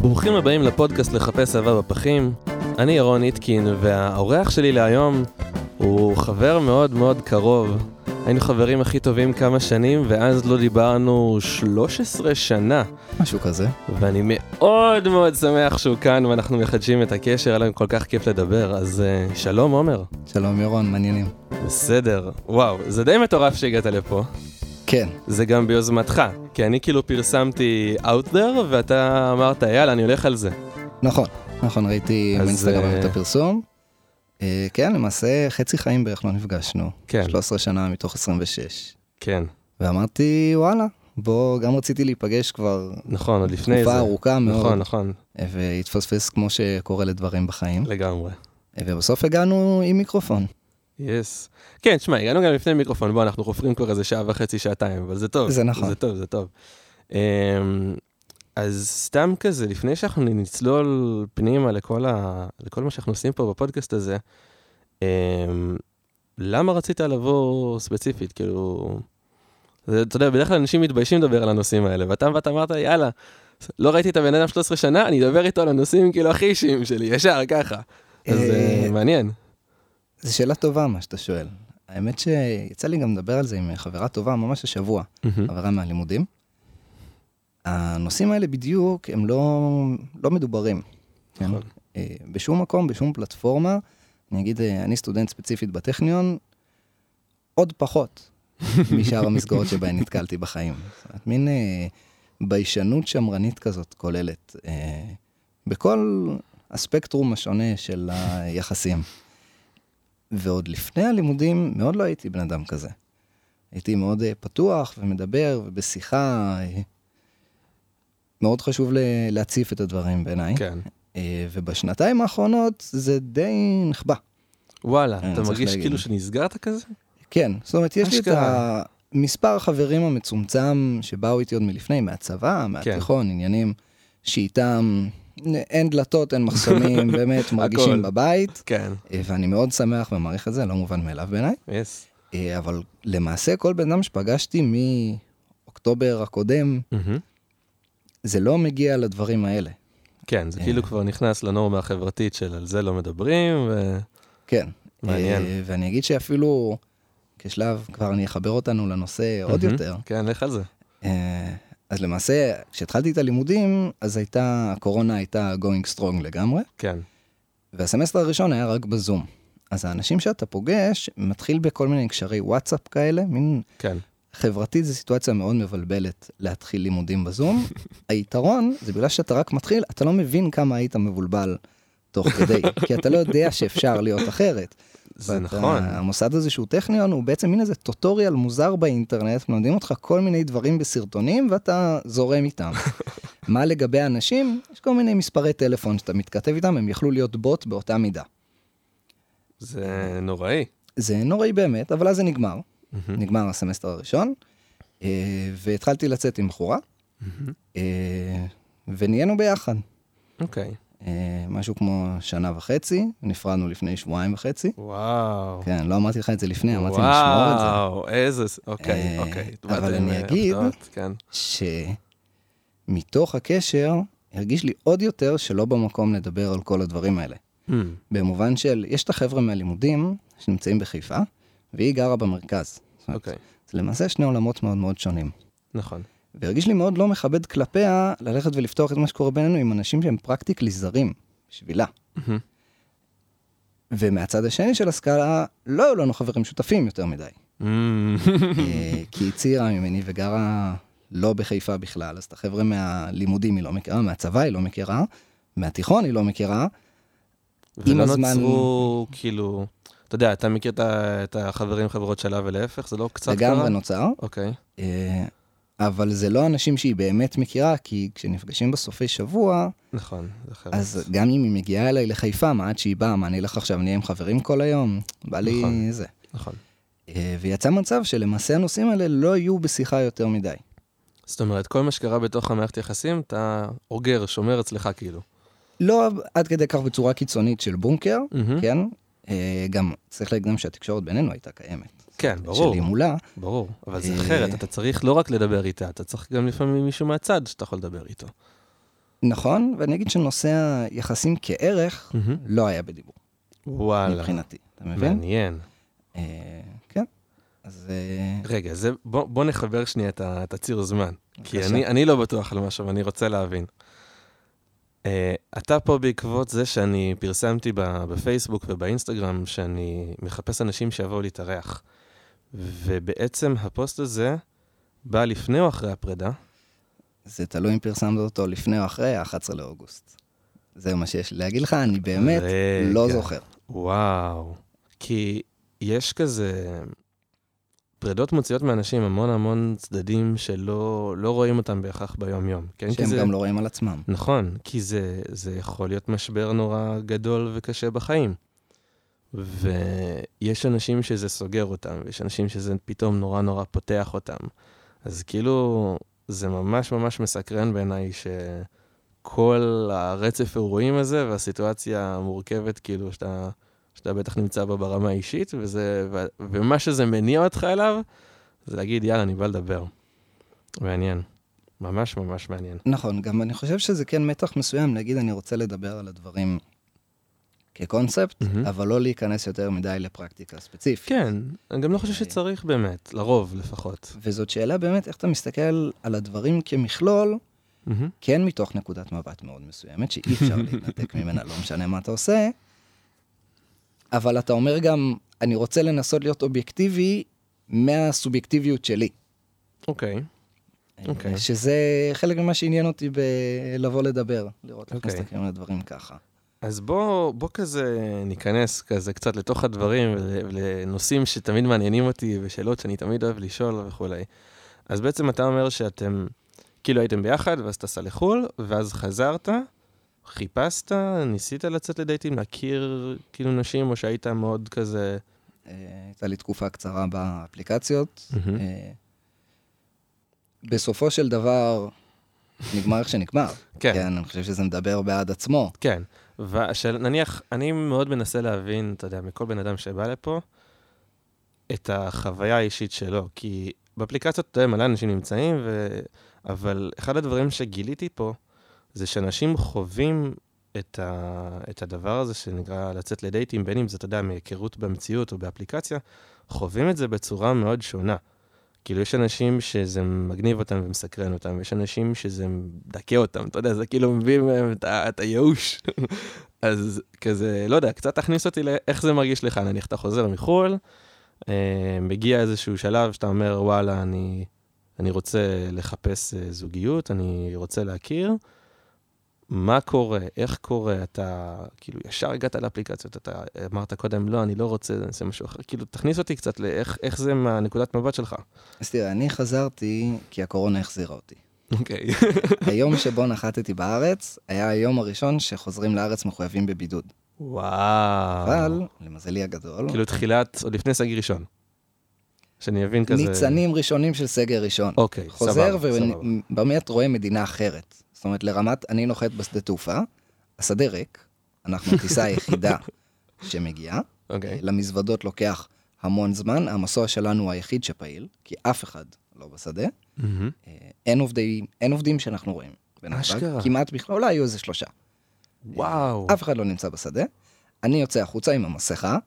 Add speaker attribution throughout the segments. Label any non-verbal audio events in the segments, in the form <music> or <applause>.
Speaker 1: ברוכים הבאים לפודקאסט לחפש אהבה בפחים. אני ירון איטקין, והאורח שלי להיום הוא חבר מאוד מאוד קרוב. היינו חברים הכי טובים כמה שנים, ואז לא דיברנו 13 שנה,
Speaker 2: משהו כזה.
Speaker 1: ואני מאוד מאוד שמח שהוא כאן, ואנחנו מחדשים את הקשר, היה לנו כל כך כיף לדבר, אז אה, שלום עומר.
Speaker 2: שלום ירון, מעניינים.
Speaker 1: בסדר, וואו, זה די מטורף שהגעת לפה.
Speaker 2: כן,
Speaker 1: זה גם ביוזמתך, כי אני כאילו פרסמתי out there, ואתה אמרת, יאללה, אני הולך על זה.
Speaker 2: נכון, נכון, ראיתי
Speaker 1: אז,
Speaker 2: באינסטגרם
Speaker 1: אה,
Speaker 2: את הפרסום. אה, כן, למעשה חצי חיים בערך לא נפגשנו.
Speaker 1: כן.
Speaker 2: 13 שנה מתוך 26.
Speaker 1: כן,
Speaker 2: ואמרתי, וואלה, בוא, גם רציתי להיפגש כבר
Speaker 1: נכון, עוד לפני זה.
Speaker 2: תקופה ארוכה מאוד.
Speaker 1: נכון, נכון,
Speaker 2: אה, והתפספס כמו שקורה לדברים בחיים.
Speaker 1: לגמרי.
Speaker 2: אה, ובסוף הגענו עם מיקרופון.
Speaker 1: יס. כן, תשמע, הגענו גם לפני מיקרופון, בוא, אנחנו חופרים כבר איזה שעה וחצי, שעתיים, אבל זה טוב.
Speaker 2: זה נכון.
Speaker 1: זה טוב, זה טוב. אמ, אז סתם כזה, לפני שאנחנו נצלול פנימה לכל, ה... לכל מה שאנחנו עושים פה בפודקאסט הזה, אמ, למה רצית לבוא ספציפית? כאילו, זה, אתה יודע, בדרך כלל אנשים מתביישים לדבר על הנושאים האלה, ואתה באת אמרת, יאללה, לא ראיתי את הבן אדם 13 שנה, אני אדבר איתו על הנושאים כאילו הכי אישיים שלי, ישר ככה. אז
Speaker 2: אה,
Speaker 1: אה, מעניין.
Speaker 2: זו שאלה טובה, מה שאתה שואל. האמת שיצא לי גם לדבר על זה עם חברה טובה ממש השבוע. חברה מהלימודים. הנושאים האלה בדיוק הם לא, לא מדוברים. כן?
Speaker 1: נכון.
Speaker 2: אה, בשום מקום, בשום פלטפורמה, אני אגיד, אה, אני סטודנט ספציפית בטכניון, עוד פחות משאר המסגרות שבהן נתקלתי בחיים. זאת אומרת, מין אה, ביישנות שמרנית כזאת כוללת אה, בכל הספקטרום השונה של היחסים. ועוד לפני הלימודים מאוד לא הייתי בן אדם כזה. הייתי מאוד אה, פתוח ומדבר ובשיחה. אה, מאוד חשוב ל- להציף את הדברים בעיניי.
Speaker 1: כן.
Speaker 2: אה, ובשנתיים האחרונות זה די נחבא.
Speaker 1: וואלה,
Speaker 2: כן,
Speaker 1: אתה
Speaker 2: צריך
Speaker 1: מרגיש
Speaker 2: להגיד.
Speaker 1: כאילו שנסגרת כזה?
Speaker 2: כן, זאת אומרת, יש לי את
Speaker 1: אשכרה.
Speaker 2: המספר החברים המצומצם שבאו איתי עוד מלפני, מהצבא,
Speaker 1: כן.
Speaker 2: מהתיכון, עניינים שאיתם אין דלתות, אין
Speaker 1: <laughs>
Speaker 2: מחסומים, באמת מרגישים בבית,
Speaker 1: כן.
Speaker 2: אה, ואני מאוד שמח ומעריך את זה, לא מובן מאליו בעיניי.
Speaker 1: יס.
Speaker 2: אה, אבל למעשה כל בן אדם שפגשתי מאוקטובר הקודם, זה לא מגיע לדברים האלה.
Speaker 1: כן, זה
Speaker 2: אה.
Speaker 1: כאילו כבר נכנס לנורמה החברתית של על זה לא מדברים, ו...
Speaker 2: כן.
Speaker 1: מעניין.
Speaker 2: אה, ואני אגיד שאפילו כשלב, כבר אני אחבר אותנו לנושא עוד
Speaker 1: מהמם.
Speaker 2: יותר.
Speaker 1: כן, לך על זה.
Speaker 2: אה, אז למעשה, כשהתחלתי את הלימודים, אז הייתה, הקורונה הייתה going strong לגמרי,
Speaker 1: כן.
Speaker 2: והסמסטר הראשון היה רק בזום. אז האנשים שאתה פוגש, מתחיל בכל מיני קשרי וואטסאפ כאלה, מין
Speaker 1: כן.
Speaker 2: חברתית זו סיטואציה מאוד מבלבלת להתחיל
Speaker 1: <laughs>
Speaker 2: לימודים בזום. היתרון זה בגלל שאתה רק מתחיל, אתה לא מבין כמה היית מבולבל תוך כדי, כי אתה לא יודע שאפשר להיות אחרת.
Speaker 1: זה
Speaker 2: ואתה-
Speaker 1: נכון.
Speaker 2: המוסד הזה שהוא טכניון הוא בעצם מין איזה טוטוריאל מוזר באינטרנט, מלמדים אותך כל מיני דברים בסרטונים ואתה
Speaker 1: <laughs>
Speaker 2: זורם איתם. מה לגבי אנשים? יש כל מיני מספרי טלפון שאתה מתכתב איתם, הם יכלו להיות בוט באותה מידה.
Speaker 1: זה נוראי.
Speaker 2: זה נוראי באמת, אבל אז זה נגמר.
Speaker 1: מהמם.
Speaker 2: נגמר הסמסטר הראשון, אה, והתחלתי לצאת עם בחורה, אה, ונהיינו ביחד.
Speaker 1: אוקיי.
Speaker 2: אה, משהו כמו שנה וחצי, נפרדנו לפני שבועיים וחצי.
Speaker 1: וואו.
Speaker 2: כן, לא אמרתי לך את זה לפני, אמרתי לשמור את זה.
Speaker 1: וואו, איזה... ס- אוקיי,
Speaker 2: אה,
Speaker 1: אוקיי.
Speaker 2: אבל
Speaker 1: באתם
Speaker 2: אני
Speaker 1: עם
Speaker 2: אגיד-
Speaker 1: הפתעות, כן.
Speaker 2: שמתוך הקשר, הרגיש לי עוד יותר שלא במקום לדבר על כל הדברים האלה.
Speaker 1: Hmm,
Speaker 2: במובן של, יש את החבר'ה מהלימודים שנמצאים בחיפה, והיא גרה במרכז. זאת אומרת,
Speaker 1: אוקיי.
Speaker 2: זה למעשה שני עולמות מאוד מאוד שונים.
Speaker 1: נכון.
Speaker 2: והרגיש לי מאוד לא מכבד כלפיה ללכת ולפתוח את מה שקורה בינינו עם אנשים שהם פרקטיקלי זרים, בשבילה.
Speaker 1: <laughs> מהמם.
Speaker 2: ומהצד השני של הסקאלה, לא היו לנו חברים שותפים יותר
Speaker 1: <laughs>
Speaker 2: מדי.
Speaker 1: Hmm.
Speaker 2: אה, כי היא צעירה ממני וגרה לא בחיפה בכלל, אז את החבר'ה מהלימודים היא לא מכירה, מהצבא היא לא מכירה, מהתיכון היא לא מכירה. עם
Speaker 1: ולא
Speaker 2: הזמן-
Speaker 1: נוצרו, כאילו... אתה יודע, אתה מכיר את ה- את החברים, חברות שלה ולהפך? זה לא קצת קרה?
Speaker 2: לגמרי נוצר.
Speaker 1: אוקיי.
Speaker 2: אה, אבל זה לא אנשים שהיא באמת מכירה, כי כשנפגשים בסופי שבוע,
Speaker 1: נכון, זה אחרת.
Speaker 2: אז גם אם היא מגיעה אליי לחיפה, מה עד שהיא באה, מה אני אלך עכשיו, נהיה עם חברים כל היום? בא לי
Speaker 1: נכון.
Speaker 2: זה.
Speaker 1: נכון.
Speaker 2: אה, ויצא מצב שלמעשה הנושאים האלה לא יהיו בשיחה יותר מדי.
Speaker 1: זאת אומרת, כל מה שקרה בתוך המערכת יחסים, אתה אוגר, שומר אצלך כאילו.
Speaker 2: לא עד כדי כך בצורה קיצונית של בונקר,
Speaker 1: מהמם.
Speaker 2: כן? אה, גם צריך להגיד גם שהתקשורת בינינו הייתה קיימת.
Speaker 1: כן, ברור,
Speaker 2: שלי מולה,
Speaker 1: ברור. אבל זה
Speaker 2: אה,
Speaker 1: אחרת, אתה צריך לא רק לדבר איתה, אתה צריך גם לפעמים מישהו מהצד שאתה יכול לדבר איתו.
Speaker 2: נכון, ואני אגיד שנושא היחסים כערך
Speaker 1: מהמם.
Speaker 2: לא היה בדיבור,
Speaker 1: וואלה,
Speaker 2: מבחינתי, אתה מבין?
Speaker 1: מעניין.
Speaker 2: אה, כן, אז אה,
Speaker 1: רגע, זה, בוא, בוא נחבר שנייה את, ה- את הציר זמן. כי
Speaker 2: בבקשה.
Speaker 1: אני, אני לא בטוח על משהו, ואני רוצה להבין. Uh, אתה פה בעקבות זה שאני פרסמתי ב- בפייסבוק ובאינסטגרם שאני מחפש אנשים שיבואו להתארח. ובעצם הפוסט הזה בא לפני או אחרי הפרידה.
Speaker 2: זה תלוי אם פרסמת אותו לפני או אחרי ה-11 לאוגוסט. זה מה שיש לי להגיד לך, אני באמת
Speaker 1: רגע.
Speaker 2: לא זוכר.
Speaker 1: וואו. כי יש כזה... פרידות מוציאות מאנשים המון המון צדדים שלא לא רואים אותם בהכרח ביום-יום. כן? כי
Speaker 2: שהם
Speaker 1: זה-
Speaker 2: גם לא רואים על עצמם.
Speaker 1: נכון, כי זה, זה יכול להיות משבר נורא גדול וקשה בחיים. ויש אנשים שזה סוגר אותם, ויש אנשים שזה פתאום נורא נורא פותח אותם. אז כאילו, זה ממש ממש מסקרן בעיניי שכל הרצף אירועים הזה והסיטואציה המורכבת, כאילו, שאתה, שאתה בטח נמצא בה ברמה האישית, וזה, ו, ומה שזה מניע אותך אליו, זה להגיד, יאללה, אני בא לדבר. מעניין. ממש ממש מעניין.
Speaker 2: נכון, גם אני חושב שזה כן מתח מסוים להגיד, אני רוצה לדבר על הדברים כקונספט,
Speaker 1: מהמם.
Speaker 2: אבל לא להיכנס יותר מדי לפרקטיקה ספציפית.
Speaker 1: כן, אני גם לא חושב שצריך באמת, לרוב לפחות.
Speaker 2: וזאת שאלה באמת איך אתה מסתכל על הדברים כמכלול,
Speaker 1: מהמם.
Speaker 2: כן מתוך נקודת מבט מאוד מסוימת, שאי אפשר להתנתק ממנה, לא משנה מה אתה עושה, אבל אתה אומר גם, אני רוצה לנסות להיות אובייקטיבי מהסובייקטיביות שלי.
Speaker 1: אוקיי, אוקיי.
Speaker 2: שזה חלק ממה שעניין אותי בלבוא לדבר, לראות איך
Speaker 1: אוקיי.
Speaker 2: מסתכלים על הדברים ככה.
Speaker 1: אז בוא, בוא כזה ניכנס כזה קצת לתוך הדברים, ול- לנושאים שתמיד מעניינים אותי ושאלות שאני תמיד אוהב לשאול וכולי. אז בעצם אתה אומר שאתם, כאילו הייתם ביחד ואז טסה לחו"ל, ואז חזרת, חיפשת, ניסית לצאת לדייטים, להכיר כאילו נשים, או שהיית מאוד כזה...
Speaker 2: אה, הייתה לי תקופה קצרה באפליקציות.
Speaker 1: מהמם.
Speaker 2: אה, בסופו של דבר, נגמר איך שנגמר.
Speaker 1: <laughs> כן.
Speaker 2: כן, אני חושב שזה מדבר בעד עצמו.
Speaker 1: כן, ונניח, אני מאוד מנסה להבין, אתה יודע, מכל בן אדם שבא לפה, את החוויה האישית שלו, כי באפליקציות, אתה יודע, מלא אנשים נמצאים, ו... אבל אחד הדברים שגיליתי פה, זה שאנשים חווים את, ה... את הדבר הזה שנקרא לצאת לדייטים, בין אם זה, אתה יודע, מהיכרות במציאות או באפליקציה, חווים את זה בצורה מאוד שונה. כאילו, יש אנשים שזה מגניב אותם ומסקרן אותם, ויש אנשים שזה מדכא אותם, אתה יודע, זה כאילו מביא מהם את ה- את הייאוש. <laughs> אז כזה, לא יודע, קצת תכניס אותי לאיך זה מרגיש לך, נניח אתה חוזר מחו"ל, אה, מגיע איזשהו שלב שאתה אומר, וואלה, אני, אני רוצה לחפש אה, זוגיות, אני רוצה להכיר. מה קורה? איך קורה? אתה, כאילו, ישר הגעת לאפליקציות, אתה אמרת קודם, לא, אני לא רוצה, אני אעשה משהו אחר. כאילו, תכניס אותי קצת לאיך איך זה מהנקודת מבט שלך.
Speaker 2: אז תראה, אני חזרתי כי הקורונה
Speaker 1: <laughs>
Speaker 2: החזירה אותי.
Speaker 1: אוקיי.
Speaker 2: היום שבו נחתתי בארץ, היה היום הראשון שחוזרים לארץ מחויבים בבידוד.
Speaker 1: וואו.
Speaker 2: אבל, למזלי הגדול,
Speaker 1: אה. כאילו, תחילת, עוד לפני סגר ראשון. שאני אבין כזה...
Speaker 2: ניצנים ראשונים של סגר ראשון.
Speaker 1: אוקיי, סבבה,
Speaker 2: חוזר
Speaker 1: סבבה.
Speaker 2: ובאמת רואה מדינה אחרת. זאת אומרת, לרמת, אני נוחת בשדה תעופה, השדה ריק, אנחנו
Speaker 1: <laughs>
Speaker 2: הטיסה היחידה שמגיעה,
Speaker 1: אוקיי.
Speaker 2: למזוודות לוקח המון זמן, המסוע שלנו הוא היחיד שפעיל, כי אף אחד לא בשדה,
Speaker 1: מהמם.
Speaker 2: אה, אין עובדים, אין עובדים שאנחנו רואים. בנתב"ג.
Speaker 1: אשכרה.
Speaker 2: כמעט בכלל, אולי היו איזה שלושה.
Speaker 1: וואו.
Speaker 2: אף אחד לא נמצא בשדה. אני יוצא החוצה עם המסכה,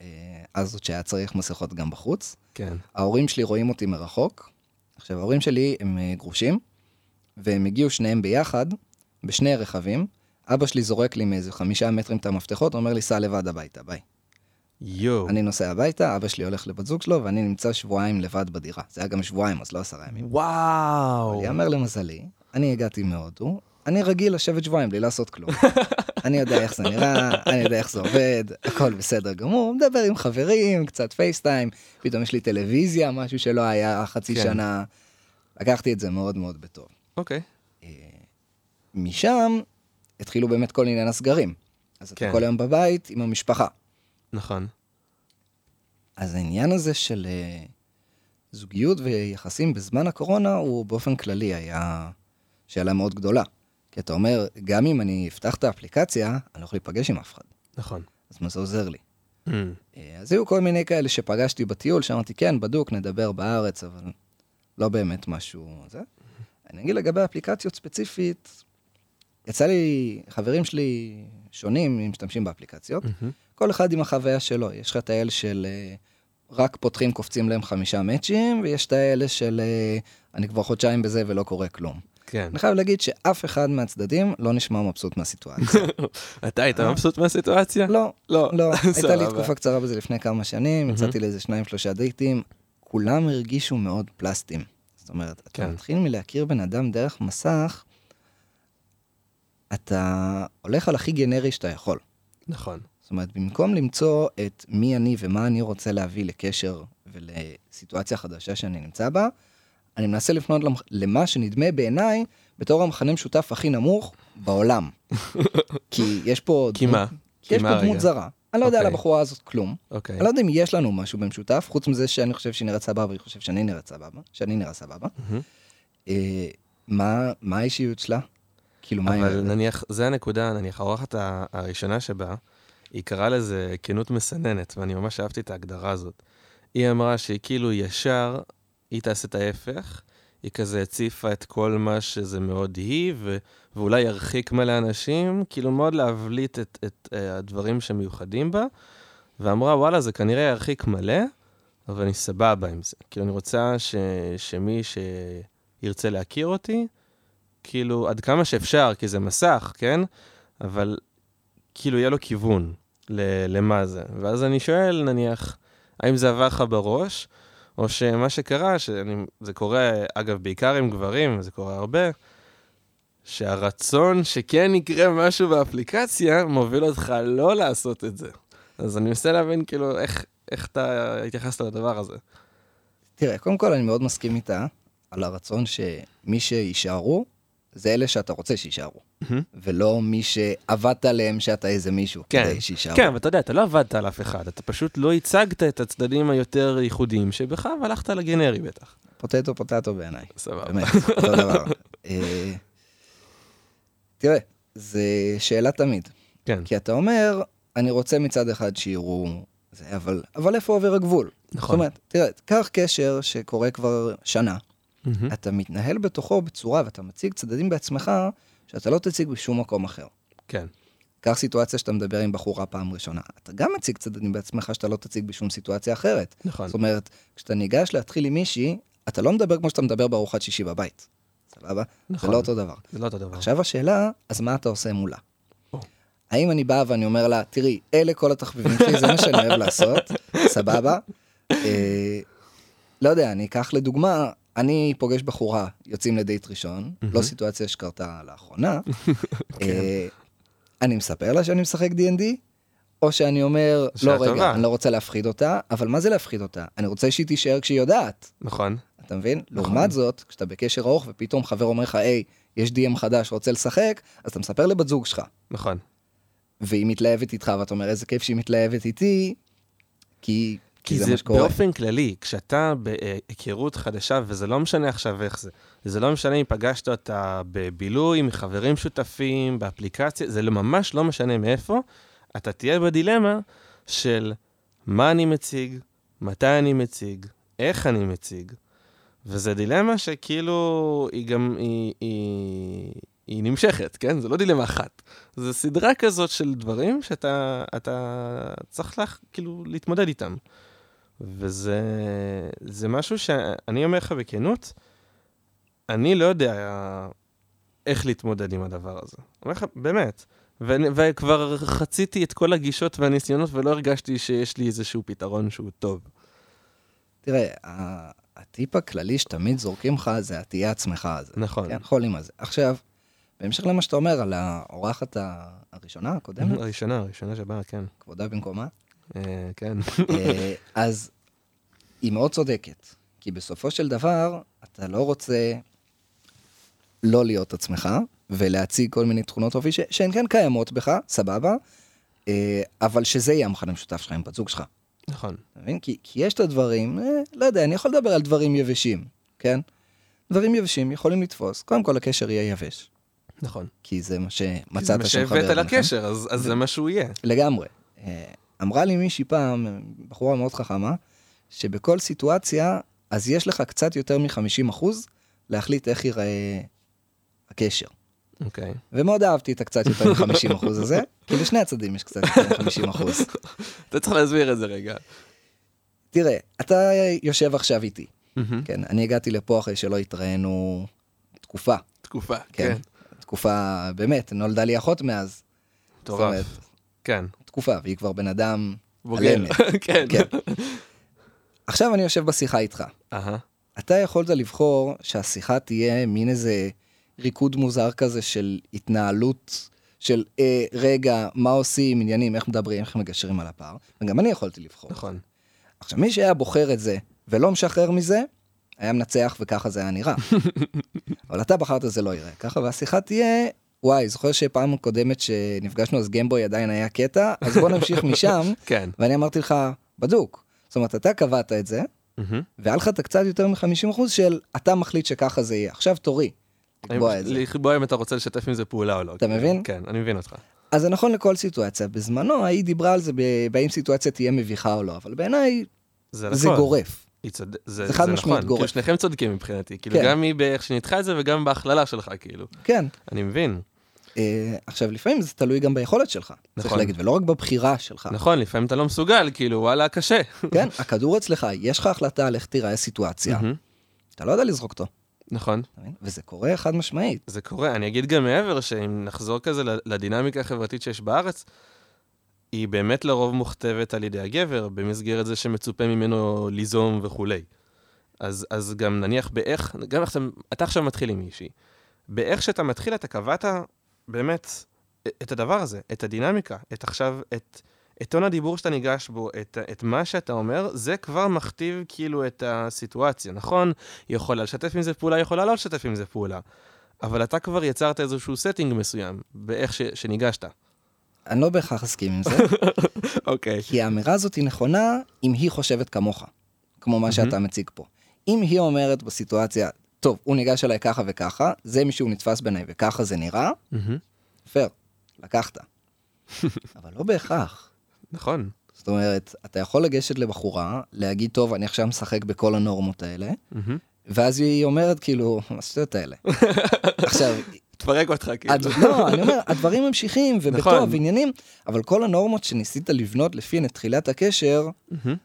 Speaker 2: אה, אז עוד שהיה צריך מסכות גם בחוץ.
Speaker 1: כן.
Speaker 2: ההורים שלי רואים אותי מרחוק. עכשיו, ההורים שלי הם אה, גרושים, והם הגיעו שניהם ביחד, בשני רכבים. אבא שלי זורק לי מאיזה חמישה מטרים את המפתחות, אומר לי, סע לבד הביתה, ביי.
Speaker 1: יואו.
Speaker 2: אני נוסע הביתה, אבא שלי הולך לבת זוג שלו, ואני נמצא שבועיים לבד בדירה. זה היה גם שבועיים, אז לא עשרה ימים.
Speaker 1: וואו.
Speaker 2: אבל יאמר למזלי, אני הגעתי מהודו, אני רגיל לשבת שבועיים בלי
Speaker 1: <laughs>
Speaker 2: לעשות כלום. אני יודע איך זה נראה, אני יודע איך זה עובד, הכל בסדר גמור, מדבר עם חברים, קצת פייסטיים, פתאום יש לי טלוויזיה, משהו שלא היה חצי
Speaker 1: כן.
Speaker 2: שנה. לקחתי את זה מאוד מאוד בטוב.
Speaker 1: אוקיי.
Speaker 2: אה, משם התחילו באמת כל עניין הסגרים. אז
Speaker 1: כן.
Speaker 2: אתה כל היום בבית עם המשפחה.
Speaker 1: נכון.
Speaker 2: אז העניין הזה של אה, זוגיות ויחסים בזמן הקורונה הוא באופן כללי היה שאלה מאוד גדולה. כי אתה אומר, גם אם אני אפתח את האפליקציה, אני לא יכול להיפגש עם אף אחד,
Speaker 1: נכון.
Speaker 2: אז מה זה עוזר לי? אה, אז היו כל מיני כאלה שפגשתי בטיול, שאמרתי, כן, בדוק, נדבר בארץ, אבל לא באמת משהו זה. אני אגיד לגבי אפליקציות ספציפית, יצא לי, חברים שלי שונים, הם משתמשים באפליקציות, כל אחד עם החוויה שלו. יש לך את האל של אה, רק פותחים, קופצים להם חמישה מאצ'ים, ויש את האלה של אה, אני כבר חודשיים בזה ולא קורה כלום.
Speaker 1: כן.
Speaker 2: אני חייב להגיד שאף אחד מהצדדים לא נשמע
Speaker 1: <laughs>
Speaker 2: מבסוט מהסיטואציה.
Speaker 1: אתה היית
Speaker 2: אה?
Speaker 1: מבסוט מהסיטואציה?
Speaker 2: לא,
Speaker 1: לא. <laughs>
Speaker 2: לא, הייתה לי
Speaker 1: סבבה.
Speaker 2: תקופה קצרה בזה לפני כמה שנים, יצאתי לאיזה שניים שלושה דייטים, כולם הרגישו מאוד פלסטיים. זאת אומרת, אתה
Speaker 1: כן.
Speaker 2: מתחיל מלהכיר בן אדם דרך מסך, אתה הולך על הכי גנרי שאתה יכול.
Speaker 1: נכון.
Speaker 2: זאת אומרת, במקום למצוא את מי אני ומה אני רוצה להביא לקשר ולסיטואציה חדשה שאני נמצא בה, אני מנסה לפנות למח- למה שנדמה בעיניי בתור המכנה משותף הכי נמוך
Speaker 1: <laughs>
Speaker 2: בעולם. כי יש פה...
Speaker 1: כי
Speaker 2: דמות-
Speaker 1: מה? כי
Speaker 2: יש
Speaker 1: מה
Speaker 2: פה דמות
Speaker 1: רגע?
Speaker 2: זרה. אני לא יודע על
Speaker 1: אוקיי.
Speaker 2: הבחורה הזאת כלום.
Speaker 1: אוקיי.
Speaker 2: אני לא יודע אם יש לנו משהו במשותף, חוץ מזה שאני חושב שהיא נראית סבבה, והיא חושב שאני נראית סבבה, שאני נראה סבבה.
Speaker 1: מהמם.
Speaker 2: אה, מה מה האישיות שלה? כאילו, מה היא...
Speaker 1: אבל נניח, זה הנקודה, נניח, האורחת ה- הראשונה שבה, היא קראה לזה כנות מסננת, ואני ממש אהבתי את ההגדרה הזאת. היא אמרה שהיא כאילו ישר, היא תעשה את ההפך, היא כזה הציפה את כל מה שזה מאוד היא, ו- ואולי ירחיק מלא אנשים, כאילו מאוד להבליט את, את uh, הדברים שמיוחדים בה, ואמרה, וואלה, זה כנראה ירחיק מלא, אבל אני סבבה עם זה. כאילו, אני רוצה ש- שמי שירצה להכיר אותי, כאילו, עד כמה שאפשר, כי זה מסך, כן? אבל כאילו, יהיה לו כיוון ל- למה זה. ואז אני שואל, נניח, האם זה עבר לך בראש, או שמה שקרה, שזה קורה, אגב, בעיקר עם גברים, זה קורה הרבה, שהרצון שכן יקרה משהו באפליקציה, מוביל אותך לא לעשות את זה. אז אני מנסה להבין, כאילו, איך, איך אתה התייחסת לדבר הזה.
Speaker 2: תראה, קודם כל אני מאוד מסכים איתה על הרצון שמי שיישארו, זה אלה שאתה רוצה שיישארו, ולא מי שעבדת עליהם שאתה איזה מישהו
Speaker 1: כן.
Speaker 2: כדי שיישארו.
Speaker 1: כן, אבל אתה יודע, אתה לא עבדת על אף אחד, אתה פשוט לא הצגת את הצדדים היותר ייחודיים שבך, והלכת לגנרי בטח.
Speaker 2: פוטטו פוטטו בעיניי.
Speaker 1: סבבה.
Speaker 2: באמת,
Speaker 1: <laughs>
Speaker 2: אותו דבר. אה, תראה, זה שאלה תמיד.
Speaker 1: כן,
Speaker 2: כי אתה אומר, אני רוצה מצד אחד שיראו, זה, אבל, אבל איפה עובר הגבול? זאת
Speaker 1: נכון.
Speaker 2: אומרת, תראה, קח קשר שקורה כבר שנה,
Speaker 1: מהמם.
Speaker 2: אתה מתנהל בתוכו בצורה ואתה מציג צדדים בעצמך, שאתה לא תציג בשום מקום אחר.
Speaker 1: כן,
Speaker 2: קח סיטואציה שאתה מדבר עם בחורה פעם ראשונה, אתה גם מציג צדדים בעצמך שאתה לא תציג בשום סיטואציה אחרת.
Speaker 1: נכון.
Speaker 2: זאת אומרת, כשאתה ניגש להתחיל עם מישהי, אתה לא מדבר כמו שאתה מדבר בארוחת שישי בבית. סבבה? זה
Speaker 1: נכון.
Speaker 2: לא אותו דבר.
Speaker 1: זה לא אותו דבר.
Speaker 2: עכשיו השאלה, אז מה אתה עושה מולה?
Speaker 1: או.
Speaker 2: האם אני בא ואני אומר לה, תראי, אלה כל התחביבים שלי, זה מה שאני אוהב
Speaker 1: <laughs>
Speaker 2: לעשות, סבבה? אה, לא יודע, אני אקח לדוגמה, אני פוגש בחורה, יוצאים לדייט ראשון, לא סיטואציה שקרתה
Speaker 1: <laughs>
Speaker 2: לאחרונה,
Speaker 1: כן.
Speaker 2: אה, אני מספר לה שאני משחק D&D, או שאני אומר, לא
Speaker 1: שאת
Speaker 2: רגע,
Speaker 1: טובה."
Speaker 2: אני לא רוצה להפחיד אותה, אבל מה זה להפחיד אותה? אני רוצה שהיא תישאר כשהיא יודעת.
Speaker 1: נכון.
Speaker 2: אתה מבין?
Speaker 1: נכון.
Speaker 2: לעומת זאת, כשאתה בקשר ארוך ופתאום חבר אומר לך, היי, יש DM חדש, רוצה לשחק, אז אתה מספר לבת זוג שלך.
Speaker 1: נכון.
Speaker 2: והיא מתלהבת איתך, ואתה אומר, איזה כיף שהיא מתלהבת איתי, כי,
Speaker 1: כי זה באופן כללי, כשאתה בהיכרות חדשה, וזה לא משנה עכשיו איך זה, זה לא משנה אם פגשת אותה בבילוי, עם חברים שותפים, באפליקציה, זה לא- ממש לא משנה מאיפה, אתה תהיה בדילמה של מה אני מציג, מתי אני מציג, איך אני מציג. וזו דילמה שכאילו, היא גם, היא, היא, היא נמשכת, כן? זו לא דילמה אחת. זו סדרה כזאת של דברים שאתה אתה צריך לך, כאילו, להתמודד איתם. וזה זה משהו שאני אומר לך בכנות, אני לא יודע איך להתמודד עם הדבר הזה. אומר לך, באמת. ואני- וכבר חציתי את כל הגישות והניסיונות ולא הרגשתי שיש לי איזשהו פתרון שהוא טוב.
Speaker 2: תראה, ה- הטיפ הכללי שתמיד זורקים לך זה התהיה עצמך הזה.
Speaker 1: נכון.
Speaker 2: כן, חולים הזה. עכשיו, בהמשך למה שאתה אומר על האורחת ה- הראשונה, הקודמת,
Speaker 1: הראשונה, הראשונה שבאה, כן.
Speaker 2: כבודה במקומה,
Speaker 1: אה,
Speaker 2: <laughs>
Speaker 1: כן.
Speaker 2: אה, אז היא מאוד צודקת, כי בסופו של דבר, אתה לא רוצה לא להיות עצמך, ולהציג כל מיני תכונות אופי ש- שהן כן קיימות בך, סבבה, אה, אבל שזה יהיה המכנה המשותף שלך עם בת זוג שלך.
Speaker 1: נכון.
Speaker 2: אתה מבין? כי, כי יש את הדברים, אה, לא יודע, אני יכול לדבר על דברים יבשים, כן? דברים יבשים יכולים לתפוס. קודם כל, הקשר יהיה יבש,
Speaker 1: נכון.
Speaker 2: כי זה מה
Speaker 1: כי זה
Speaker 2: שמצאת
Speaker 1: מה
Speaker 2: שם חבר. נכון. כן.
Speaker 1: שהבאת
Speaker 2: ביניכם.
Speaker 1: לקשר, אז אז זה מה שהוא יהיה.
Speaker 2: לגמרי. אה, אמרה לי מישהי פעם, בחורה מאוד חכמה, שבכל סיטואציה, אז יש לך קצת יותר מ-50 אחוז להחליט איך ייראה הקשר.
Speaker 1: אוקיי.
Speaker 2: ומאוד אהבתי את הקצת יותר מ-50 אחוז הזה, כי לשני הצדדים יש קצת יותר מ-50 אחוז.
Speaker 1: אתה צריך להסביר את זה רגע.
Speaker 2: תראה, אתה יושב עכשיו איתי, כן, אני הגעתי לפה אחרי שלא התראינו תקופה,
Speaker 1: תקופה, כן.
Speaker 2: כן. תקופה, באמת, נולדה לי אחות מאז. זאת
Speaker 1: מטורף.
Speaker 2: אומרת,
Speaker 1: כן.
Speaker 2: תקופה, והיא כבר בן אדם
Speaker 1: בוגר.
Speaker 2: על אמת.
Speaker 1: כן.
Speaker 2: כן. עכשיו אני יושב בשיחה איתך.
Speaker 1: אהה.
Speaker 2: אתה יכולת לבחור שהשיחה תהיה מין איזה ריקוד מוזר כזה של התנהלות, של אה, רגע, מה עושים, עניינים, איך מדברים, איך מגשרים על הפער. וגם אני יכולתי לבחור.
Speaker 1: נכון.
Speaker 2: עכשיו, מי שהיה בוחר את זה ולא משחרר מזה, היה מנצח וככה זה היה נראה. אבל אתה בחרת זה לא יראה ככה, והשיחה תהיה, וואי, זוכר שפעם קודמת שנפגשנו אז גמבוי עדיין היה קטע, אז בוא נמשיך משם,
Speaker 1: כן.
Speaker 2: ואני אמרתי לך, בדוק. זאת אומרת, אתה קבעת את זה,
Speaker 1: מהמם.
Speaker 2: והיה לך את הקצת יותר מ-50% של אתה מחליט שככה זה יהיה, עכשיו תורי לקבוע את זה.
Speaker 1: לקבוע אם אתה רוצה לשתף עם זה פעולה או לא.
Speaker 2: אתה מבין?
Speaker 1: כן, אני מבין אותך.
Speaker 2: אז זה נכון לכל סיטואציה, בזמנו היא דיברה על זה ב- באם סיטואציה תהיה מביכה או לא, אבל בעיניי
Speaker 1: זה
Speaker 2: זה
Speaker 1: נכון.
Speaker 2: גורף.
Speaker 1: היא צוד- זה
Speaker 2: זה חד
Speaker 1: זה
Speaker 2: משמעית
Speaker 1: נכון.
Speaker 2: גורף.
Speaker 1: כאילו שניכם צודקים מבחינתי. כאילו
Speaker 2: כן.
Speaker 1: גם היא באיך שניתחה את זה וגם בהכללה שלך, כאילו.
Speaker 2: כן.
Speaker 1: אני מבין.
Speaker 2: אה, עכשיו, לפעמים זה תלוי גם ביכולת שלך, צריך
Speaker 1: נכון.
Speaker 2: להגיד, ולא רק בבחירה שלך.
Speaker 1: נכון, לפעמים אתה לא מסוגל, כאילו, וואלה, קשה.
Speaker 2: כן, הכדור אצלך, יש לך החלטה על איך תיראה הסיטואציה,
Speaker 1: מהמם.
Speaker 2: אתה לא יודע לזרוק אותו,
Speaker 1: נכון.
Speaker 2: אתה מבין? וזה קורה חד משמעית.
Speaker 1: זה קורה. אני אגיד גם מעבר, שאם נחזור כזה ל- לדינמיקה החברתית שיש בארץ, היא באמת לרוב מוכתבת על ידי הגבר, במסגרת זה שמצופה ממנו ליזום וכולי. אז, אז גם נניח באיך, גם איך אתה, אתה עכשיו מתחיל עם מישהי. באיך שאתה מתחיל, אתה קבעת באמת את הדבר הזה, את הדינמיקה, את עכשיו, את, את טון הדיבור שאתה ניגש בו, את, את מה שאתה אומר, זה כבר מכתיב כאילו את הסיטואציה, נכון? היא יכולה לשתף עם זה פעולה, היא יכולה לא לשתף עם זה פעולה. אבל אתה כבר יצרת איזשהו סטינג מסוים באיך ש, שניגשת.
Speaker 2: אני לא בהכרח אסכים עם זה,
Speaker 1: אוקיי.
Speaker 2: כי האמירה הזאת היא נכונה אם היא חושבת כמוך, כמו מה שאתה מציג פה. אם היא אומרת בסיטואציה, טוב, הוא ניגש אליי ככה וככה, זה מישהו נתפס בעיניי וככה זה נראה,
Speaker 1: מהמם.
Speaker 2: פייר, לקחת. אבל לא בהכרח.
Speaker 1: נכון.
Speaker 2: זאת אומרת, אתה יכול לגשת לבחורה, להגיד, טוב, אני עכשיו משחק בכל הנורמות האלה,
Speaker 1: מהמם.
Speaker 2: ואז היא אומרת, כאילו, מה השטויות האלה. עכשיו,
Speaker 1: תפרק אותך, כאילו.
Speaker 2: הד... לא, אני אומר, הדברים ממשיכים,
Speaker 1: נכון.
Speaker 2: ובטוב, עניינים, אבל כל הנורמות שניסית לבנות לפיהן את תחילת הקשר,
Speaker 1: מהמם.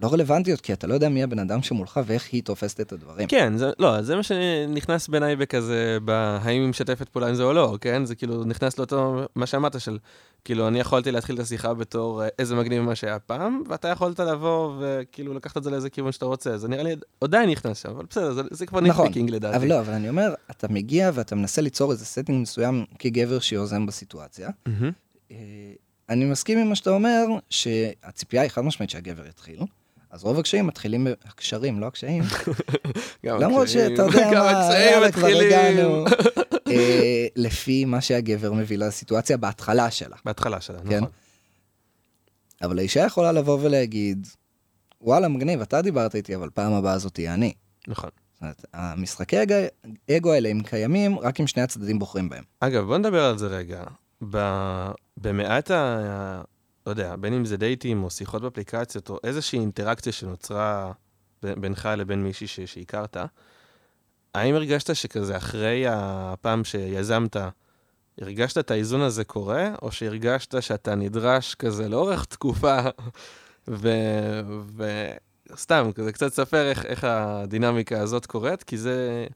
Speaker 2: לא רלוונטיות, כי אתה לא יודע מי הבן אדם שמולך ואיך היא תופסת את הדברים.
Speaker 1: כן, זה, לא, זה מה שנכנס בעיניי בכזה, ב- האם היא משתפת פעולה עם זה או לא, כן? זה כאילו נכנס לאותו, מה שאמרת של, כאילו, אני יכולתי להתחיל את השיחה בתור אה, איזה מגניב מה שהיה פעם, ואתה יכולת לבוא וכאילו לקחת את זה לאיזה כיוון שאתה רוצה, זה נראה לי עדיין נכנס שם, אבל בסדר, זה, זה כבר
Speaker 2: נכון,
Speaker 1: ניטפיקינג לדעתי.
Speaker 2: אבל לא, אבל אני אומר, אתה מגיע ואתה מנסה ליצור איזה סטינג מסוים כגבר שיוזם בסיטואציה.
Speaker 1: מהמם.
Speaker 2: אה, אני מסכים עם מה שאתה אומר, שהציפייה היא חד משמעית שהגבר יתחיל. אז רוב הקשיים מתחילים, ב- הקשרים, לא הקשיים,
Speaker 1: גם
Speaker 2: למרות
Speaker 1: הקשיים-
Speaker 2: שאתה יודע
Speaker 1: אוקיי. <laughs> גם
Speaker 2: מה,
Speaker 1: הקשיים
Speaker 2: יאללה, כבר
Speaker 1: מתחילים.
Speaker 2: הגענו. אה, לפי מה שהגבר מביא לסיטואציה בהתחלה שלה.
Speaker 1: בהתחלה שלה,
Speaker 2: כן.
Speaker 1: נכון.
Speaker 2: אבל האישה יכולה לבוא ולהגיד, וואלה, מגניב, אתה דיברת איתי, אבל פעם הבאה זאת תהיה אני.
Speaker 1: נכון.
Speaker 2: זאת אומרת, המשחקי אג- אגו האלה הם קיימים רק אם שני הצדדים בוחרים בהם.
Speaker 1: אגב, בוא נדבר על זה רגע. ב... במעט ה... לא יודע, בין אם זה דייטים או שיחות באפליקציות או איזושהי אינטראקציה שנוצרה ב- בינך לבין מישהי ש... שהכרת, האם הרגשת שכזה אחרי הפעם שיזמת, הרגשת את האיזון הזה קורה, או שהרגשת שאתה נדרש כזה לאורך תקופה, <laughs> ו... ו... סתם, כזה קצת ספר איך, איך הדינמיקה הזאת קורית, כי זה...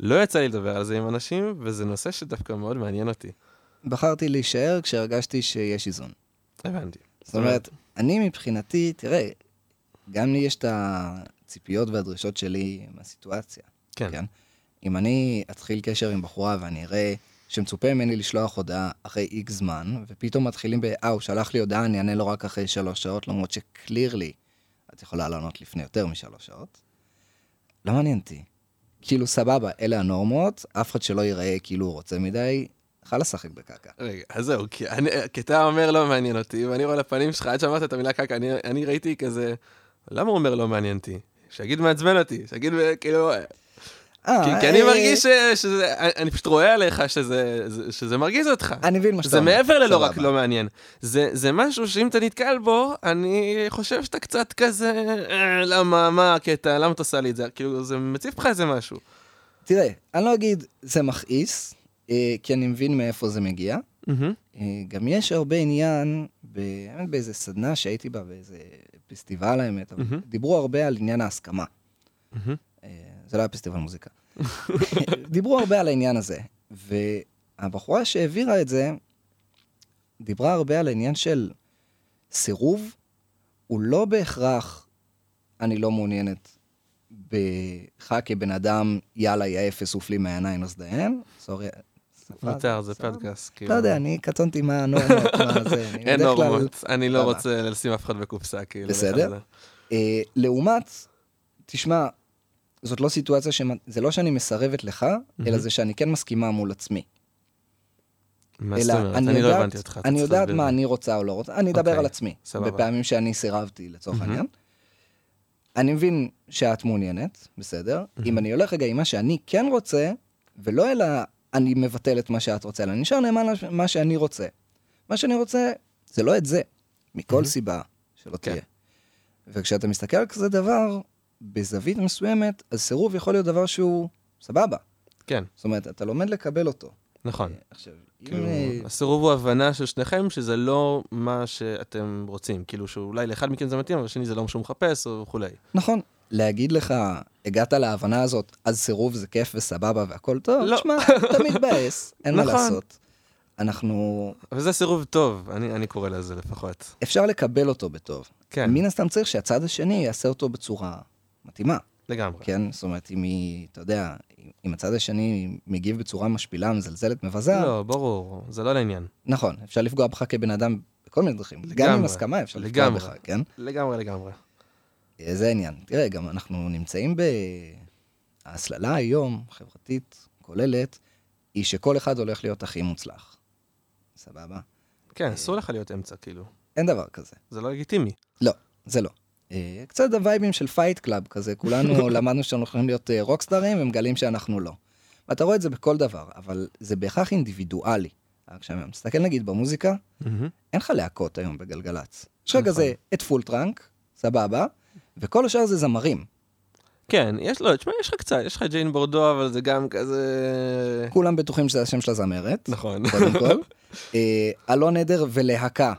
Speaker 1: לא יצא לי לדבר על זה עם אנשים, וזה נושא שדווקא מאוד מעניין אותי.
Speaker 2: בחרתי להישאר כשהרגשתי שיש איזון.
Speaker 1: הבנתי.
Speaker 2: זאת אומרת, אני מבחינתי, תראה, גם לי יש את הציפיות והדרישות שלי מהסיטואציה.
Speaker 1: כן.
Speaker 2: כן. אם אני אתחיל קשר עם בחורה ואני אראה שמצופה ממני לשלוח הודעה אחרי איקס זמן, ופתאום מתחילים ב, אה, הוא שלח לי הודעה, אני אענה לו רק אחרי שלוש שעות, למרות שקליר לי, את יכולה לענות לפני יותר משלוש שעות. לא מעניין אותי. כאילו, סבבה, אלה הנורמות, אף אחד שלא ייראה כאילו הוא רוצה מדי, יכול לשחק בקקה.
Speaker 1: רגע, אז זהו, כי, אני, כי אתה אומר לא מעניין אותי, ואני רואה לפנים שלך, עד שאמרת את המילה קקה, אני, אני ראיתי כזה, למה הוא אומר לא מעניין אותי? שיגיד מעצבן אותי, שיגיד אה, כאילו... אה,
Speaker 2: אה,
Speaker 1: כי- כי אני
Speaker 2: אה,
Speaker 1: מרגיש ש- שזה, אני- אני פשוט רואה עליך שזה זה- שזה מרגיז אותך.
Speaker 2: אני מבין מה שאתה
Speaker 1: זה
Speaker 2: אומר.
Speaker 1: מעבר ללא רק
Speaker 2: סבבה.
Speaker 1: לא מעניין. זה זה משהו שאם אתה נתקל בו, אני חושב שאתה קצת כזה, "אה, למה, מה הקטע, למה אתה עושה לי את זה? כאילו, זה מציף לך איזה משהו.
Speaker 2: תראה, אני לא אגיד זה מכעיס, אה, כי אני מבין מאיפה זה מגיע.
Speaker 1: מהמם.
Speaker 2: אה, גם יש הרבה עניין, באמת באיזה סדנה שהייתי בה, באיזה פסטיבל האמת, אבל
Speaker 1: מהמם.
Speaker 2: דיברו הרבה על עניין ההסכמה.
Speaker 1: מהמם.
Speaker 2: אה, זה לא היה פסטיבל מוזיקה. <laughs> דיברו הרבה על העניין הזה, והבחורה שהעבירה את זה, דיברה הרבה על העניין של סירוב, הוא לא בהכרח אני לא מעוניינת בך כבן אדם, יאללה, יא אפס, עוף לי מהעיניים, אז דיין. סורי. שפה-
Speaker 1: מותר, זה
Speaker 2: סבבה.
Speaker 1: פודקאסט.
Speaker 2: לא
Speaker 1: כאילו.
Speaker 2: יודע, אני קטונתי מה הנורמות, מה זה. אני
Speaker 1: <laughs> אין
Speaker 2: בדרך כלל-
Speaker 1: נורמות, אני לא
Speaker 2: סבבה.
Speaker 1: רוצה לשים אף אחד בקופסה, כאילו.
Speaker 2: בסדר.
Speaker 1: אחד-
Speaker 2: אה, לעומת, תשמע, זאת לא סיטואציה ש... זה לא שאני מסרבת לך, אלא
Speaker 1: מהמם.
Speaker 2: זה שאני כן מסכימה מול עצמי.
Speaker 1: מה
Speaker 2: אלא
Speaker 1: זאת אומרת? אני לא הבנתי אותך. אתה
Speaker 2: אני
Speaker 1: צריך
Speaker 2: יודעת
Speaker 1: להסביר
Speaker 2: מה
Speaker 1: לי.
Speaker 2: אני רוצה או לא רוצה, אני אדבר
Speaker 1: אוקיי,
Speaker 2: על עצמי.
Speaker 1: סבבה.
Speaker 2: בפעמים שאני סירבתי, לצורך
Speaker 1: מהמם.
Speaker 2: העניין. אני מבין שאת מעוניינת, בסדר? אם אני הולך רגע עם מה שאני כן רוצה, ולא אלא אני מבטל את מה שאת רוצה, אלא אני נשאר נאמן למה שאני רוצה. מה שאני רוצה, זה לא את זה, מכל
Speaker 1: מהמם.
Speaker 2: סיבה שלא
Speaker 1: כן.
Speaker 2: תהיה. וכשאתה מסתכל על כזה דבר, בזווית מסוימת, אז סירוב יכול להיות דבר שהוא סבבה.
Speaker 1: כן,
Speaker 2: זאת אומרת, אתה לומד לקבל אותו.
Speaker 1: נכון.
Speaker 2: עכשיו, אם...
Speaker 1: כאילו,
Speaker 2: אה,
Speaker 1: הסירוב הוא הבנה של שניכם שזה לא מה שאתם רוצים. כאילו שאולי לאחד מכם זה מתאים, אבל לשני זה לא מה שהוא מחפש או וכולי.
Speaker 2: נכון. להגיד לך, הגעת להבנה הזאת, אז סירוב זה כיף וסבבה והכל טוב,
Speaker 1: לא.
Speaker 2: תשמע, אתה מתבאס, אין מה
Speaker 1: נכון.
Speaker 2: לעשות. אנחנו,
Speaker 1: אבל זה סירוב טוב, אני אני קורא לזה לפחות.
Speaker 2: אפשר לקבל אותו בטוב.
Speaker 1: כן,
Speaker 2: מן הסתם צריך שהצד השני יעשה אותו בצורה מתאימה,
Speaker 1: לגמרי.
Speaker 2: כן? זאת אומרת, אם היא, אתה יודע, אם הצד השני מגיב בצורה משפילה, מזלזלת, מבזה,
Speaker 1: לא, ברור, זה לא לעניין.
Speaker 2: נכון, אפשר לפגוע בך כבן אדם בכל מיני דרכים. גם עם
Speaker 1: לגמרי,
Speaker 2: הסכמה אפשר לפגוע
Speaker 1: לגמרי.
Speaker 2: בך, כן?
Speaker 1: לגמרי, לגמרי.
Speaker 2: אה, זה העניין. תראה, גם אנחנו נמצאים ב... ההסללה היום, חברתית, כוללת, היא שכל אחד הולך להיות הכי מוצלח. סבבה?
Speaker 1: כן, אסור לך להיות אמצע, כאילו.
Speaker 2: אין דבר כזה.
Speaker 1: זה לא לגיטימי.
Speaker 2: לא, זה לא. אה, קצת הווייבים של פייט קלאב כזה, כולנו למדנו שאנחנו יכולים להיות אה, רוקסטרים ומגלים שאנחנו לא. ואתה רואה את זה בכל דבר, אבל זה בהכרח אינדיבידואלי. רק כשאתה מסתכל נגיד במוזיקה,
Speaker 1: מהמם.
Speaker 2: אין לך להקות היום בגלגלצ. יש לך
Speaker 1: נכון.
Speaker 2: כזה את פול טראנק, סבבה, וכל השאר זה זמרים.
Speaker 1: כן, יש לו, תשמע, יש לך קצת, יש לך את ג'יין בורדו, אבל זה גם כזה...
Speaker 2: כולם בטוחים שזה השם של הזמרת.
Speaker 1: נכון.
Speaker 2: קודם
Speaker 1: <laughs>
Speaker 2: כל. אה, אלון עדר ולהקה.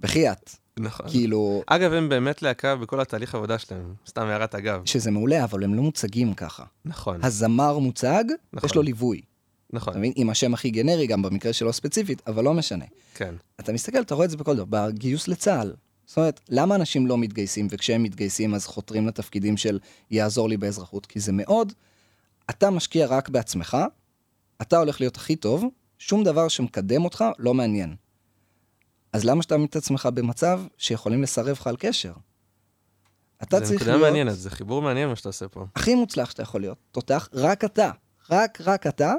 Speaker 2: בחייאת.
Speaker 1: נכון.
Speaker 2: כאילו,
Speaker 1: אגב, הם באמת להקה בכל התהליך העבודה שלהם, סתם הערת אגב.
Speaker 2: שזה מעולה, אבל הם לא מוצגים ככה.
Speaker 1: נכון,
Speaker 2: הזמר מוצג,
Speaker 1: נכון.
Speaker 2: יש לו ליווי.
Speaker 1: נכון,
Speaker 2: אתה מבין? עם השם הכי גנרי, גם במקרה שלו ספציפית, אבל לא משנה.
Speaker 1: כן.
Speaker 2: אתה מסתכל, אתה רואה את זה בכל דבר, בגיוס לצה"ל. זאת אומרת, למה אנשים לא מתגייסים, וכשהם מתגייסים אז חותרים לתפקידים של יעזור לי באזרחות? כי זה מאוד, אתה משקיע רק בעצמך, אתה הולך להיות הכי טוב, שום דבר שמקדם אותך לא מעניין. אז למה שאתה מעמיד את עצמך במצב שיכולים לסרב לך על קשר? אתה
Speaker 1: זה
Speaker 2: צריך
Speaker 1: נקודה
Speaker 2: להיות
Speaker 1: מעניינת, זה חיבור מעניין מה שאתה עושה פה.
Speaker 2: הכי מוצלח שאתה יכול להיות, תותח, רק אתה, רק רק אתה,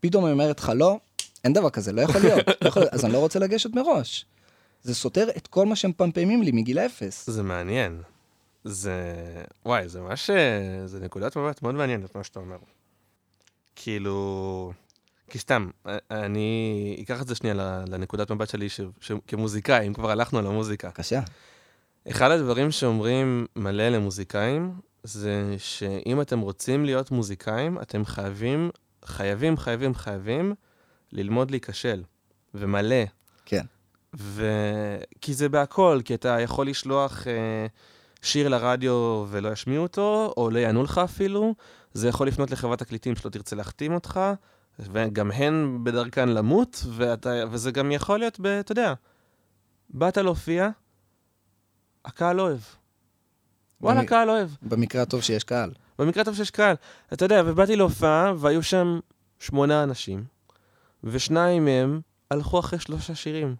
Speaker 2: פתאום היא אומרת לך לא, אין דבר כזה, לא יכול להיות, לא יכול להיות, אז אני לא רוצה לגשת מראש. זה סותר את כל מה שהם מפמפמים לי מגיל אפס.
Speaker 1: זה מעניין. זה... וואי, זה ממש... אה, זה נקודת מבט מאוד מעניינת, מה שאתה אומר. כאילו... כי סתם, א- אני אקח את זה שנייה ל- לנקודת מבט שלי ש... ש... כמוזיקאי, אם כבר הלכנו על המוזיקה.
Speaker 2: בבקשה.
Speaker 1: אחד הדברים שאומרים מלא למוזיקאים, זה שאם אתם רוצים להיות מוזיקאים, אתם חייבים, חייבים, חייבים, חייבים ללמוד להיכשל. ומלא.
Speaker 2: כן.
Speaker 1: ו... כי זה בהכל, כי אתה יכול לשלוח אה, שיר לרדיו ולא ישמיעו אותו, או לא יענו לך אפילו, זה יכול לפנות לחברת תקליטים שלא תרצה להחתים אותך, וגם הן בדרכן למות, ואתה, וזה גם יכול להיות, ב, אתה יודע, באת להופיע, הקהל לא אוהב. וואלה,
Speaker 2: אני-
Speaker 1: הקהל לא אוהב.
Speaker 2: במקרה הטוב שיש קהל.
Speaker 1: במקרה הטוב שיש קהל. אתה יודע, ובאתי להופעה, והיו שם שמונה אנשים, ושניים מהם הלכו אחרי שלושה שירים.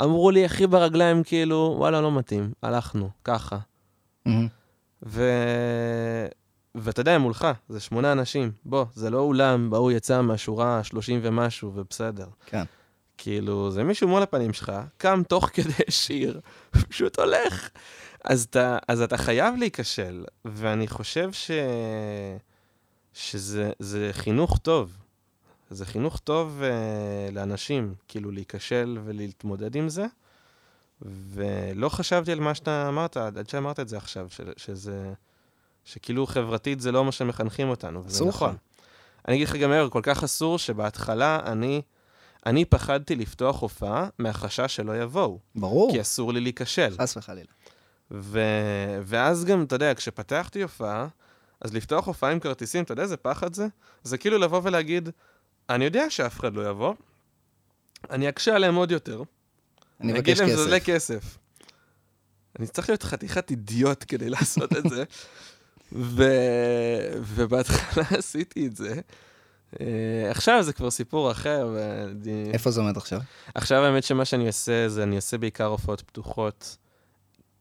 Speaker 1: אמרו לי, אחי ברגליים, כאילו, וואלה, לא מתאים, הלכנו, ככה.
Speaker 2: מהמם.
Speaker 1: ו... ואתה יודע, הם מולך, זה שמונה אנשים. בוא, זה לא אולם, בהוא יצא מהשורה 30 ומשהו, ובסדר.
Speaker 2: כן.
Speaker 1: כאילו, זה מישהו מול הפנים שלך, קם תוך כדי <laughs> שיר, פשוט הולך. אז אתה, אז אתה חייב להיכשל, ואני חושב ש... שזה זה חינוך טוב. זה חינוך טוב אה, לאנשים, כאילו להיכשל ולהתמודד עם זה. ולא חשבתי על מה שאתה אמרת, עד עד שאמרת את זה עכשיו, ש, שזה, שכאילו חברתית זה לא מה שמחנכים אותנו, וזה
Speaker 2: אסור לך.
Speaker 1: נכון. אני אגיד לך גם מעבר, כל כך אסור שבהתחלה אני, אני פחדתי לפתוח הופעה מהחשש שלא יבואו,
Speaker 2: ברור,
Speaker 1: כי אסור לי להיכשל.
Speaker 2: חס וחלילה.
Speaker 1: ו... ואז גם, אתה יודע, כשפתחתי הופעה, אז לפתוח הופעה עם כרטיסים, אתה יודע איזה פחד זה? זה כאילו לבוא ולהגיד, אני יודע שאף אחד לא יבוא, אני אקשה עליהם עוד יותר.
Speaker 2: אני אבקש
Speaker 1: אגיד להם, זה עולה
Speaker 2: כסף.
Speaker 1: כסף. אני צריך להיות חתיכת אידיוט כדי <laughs> לעשות את זה. ו- ובהתחלה <laughs> עשיתי את זה. אה, עכשיו זה כבר סיפור אחר. ואני-
Speaker 2: איפה זה עומד עכשיו?
Speaker 1: עכשיו האמת שמה שאני עושה, זה אני עושה בעיקר הופעות פתוחות,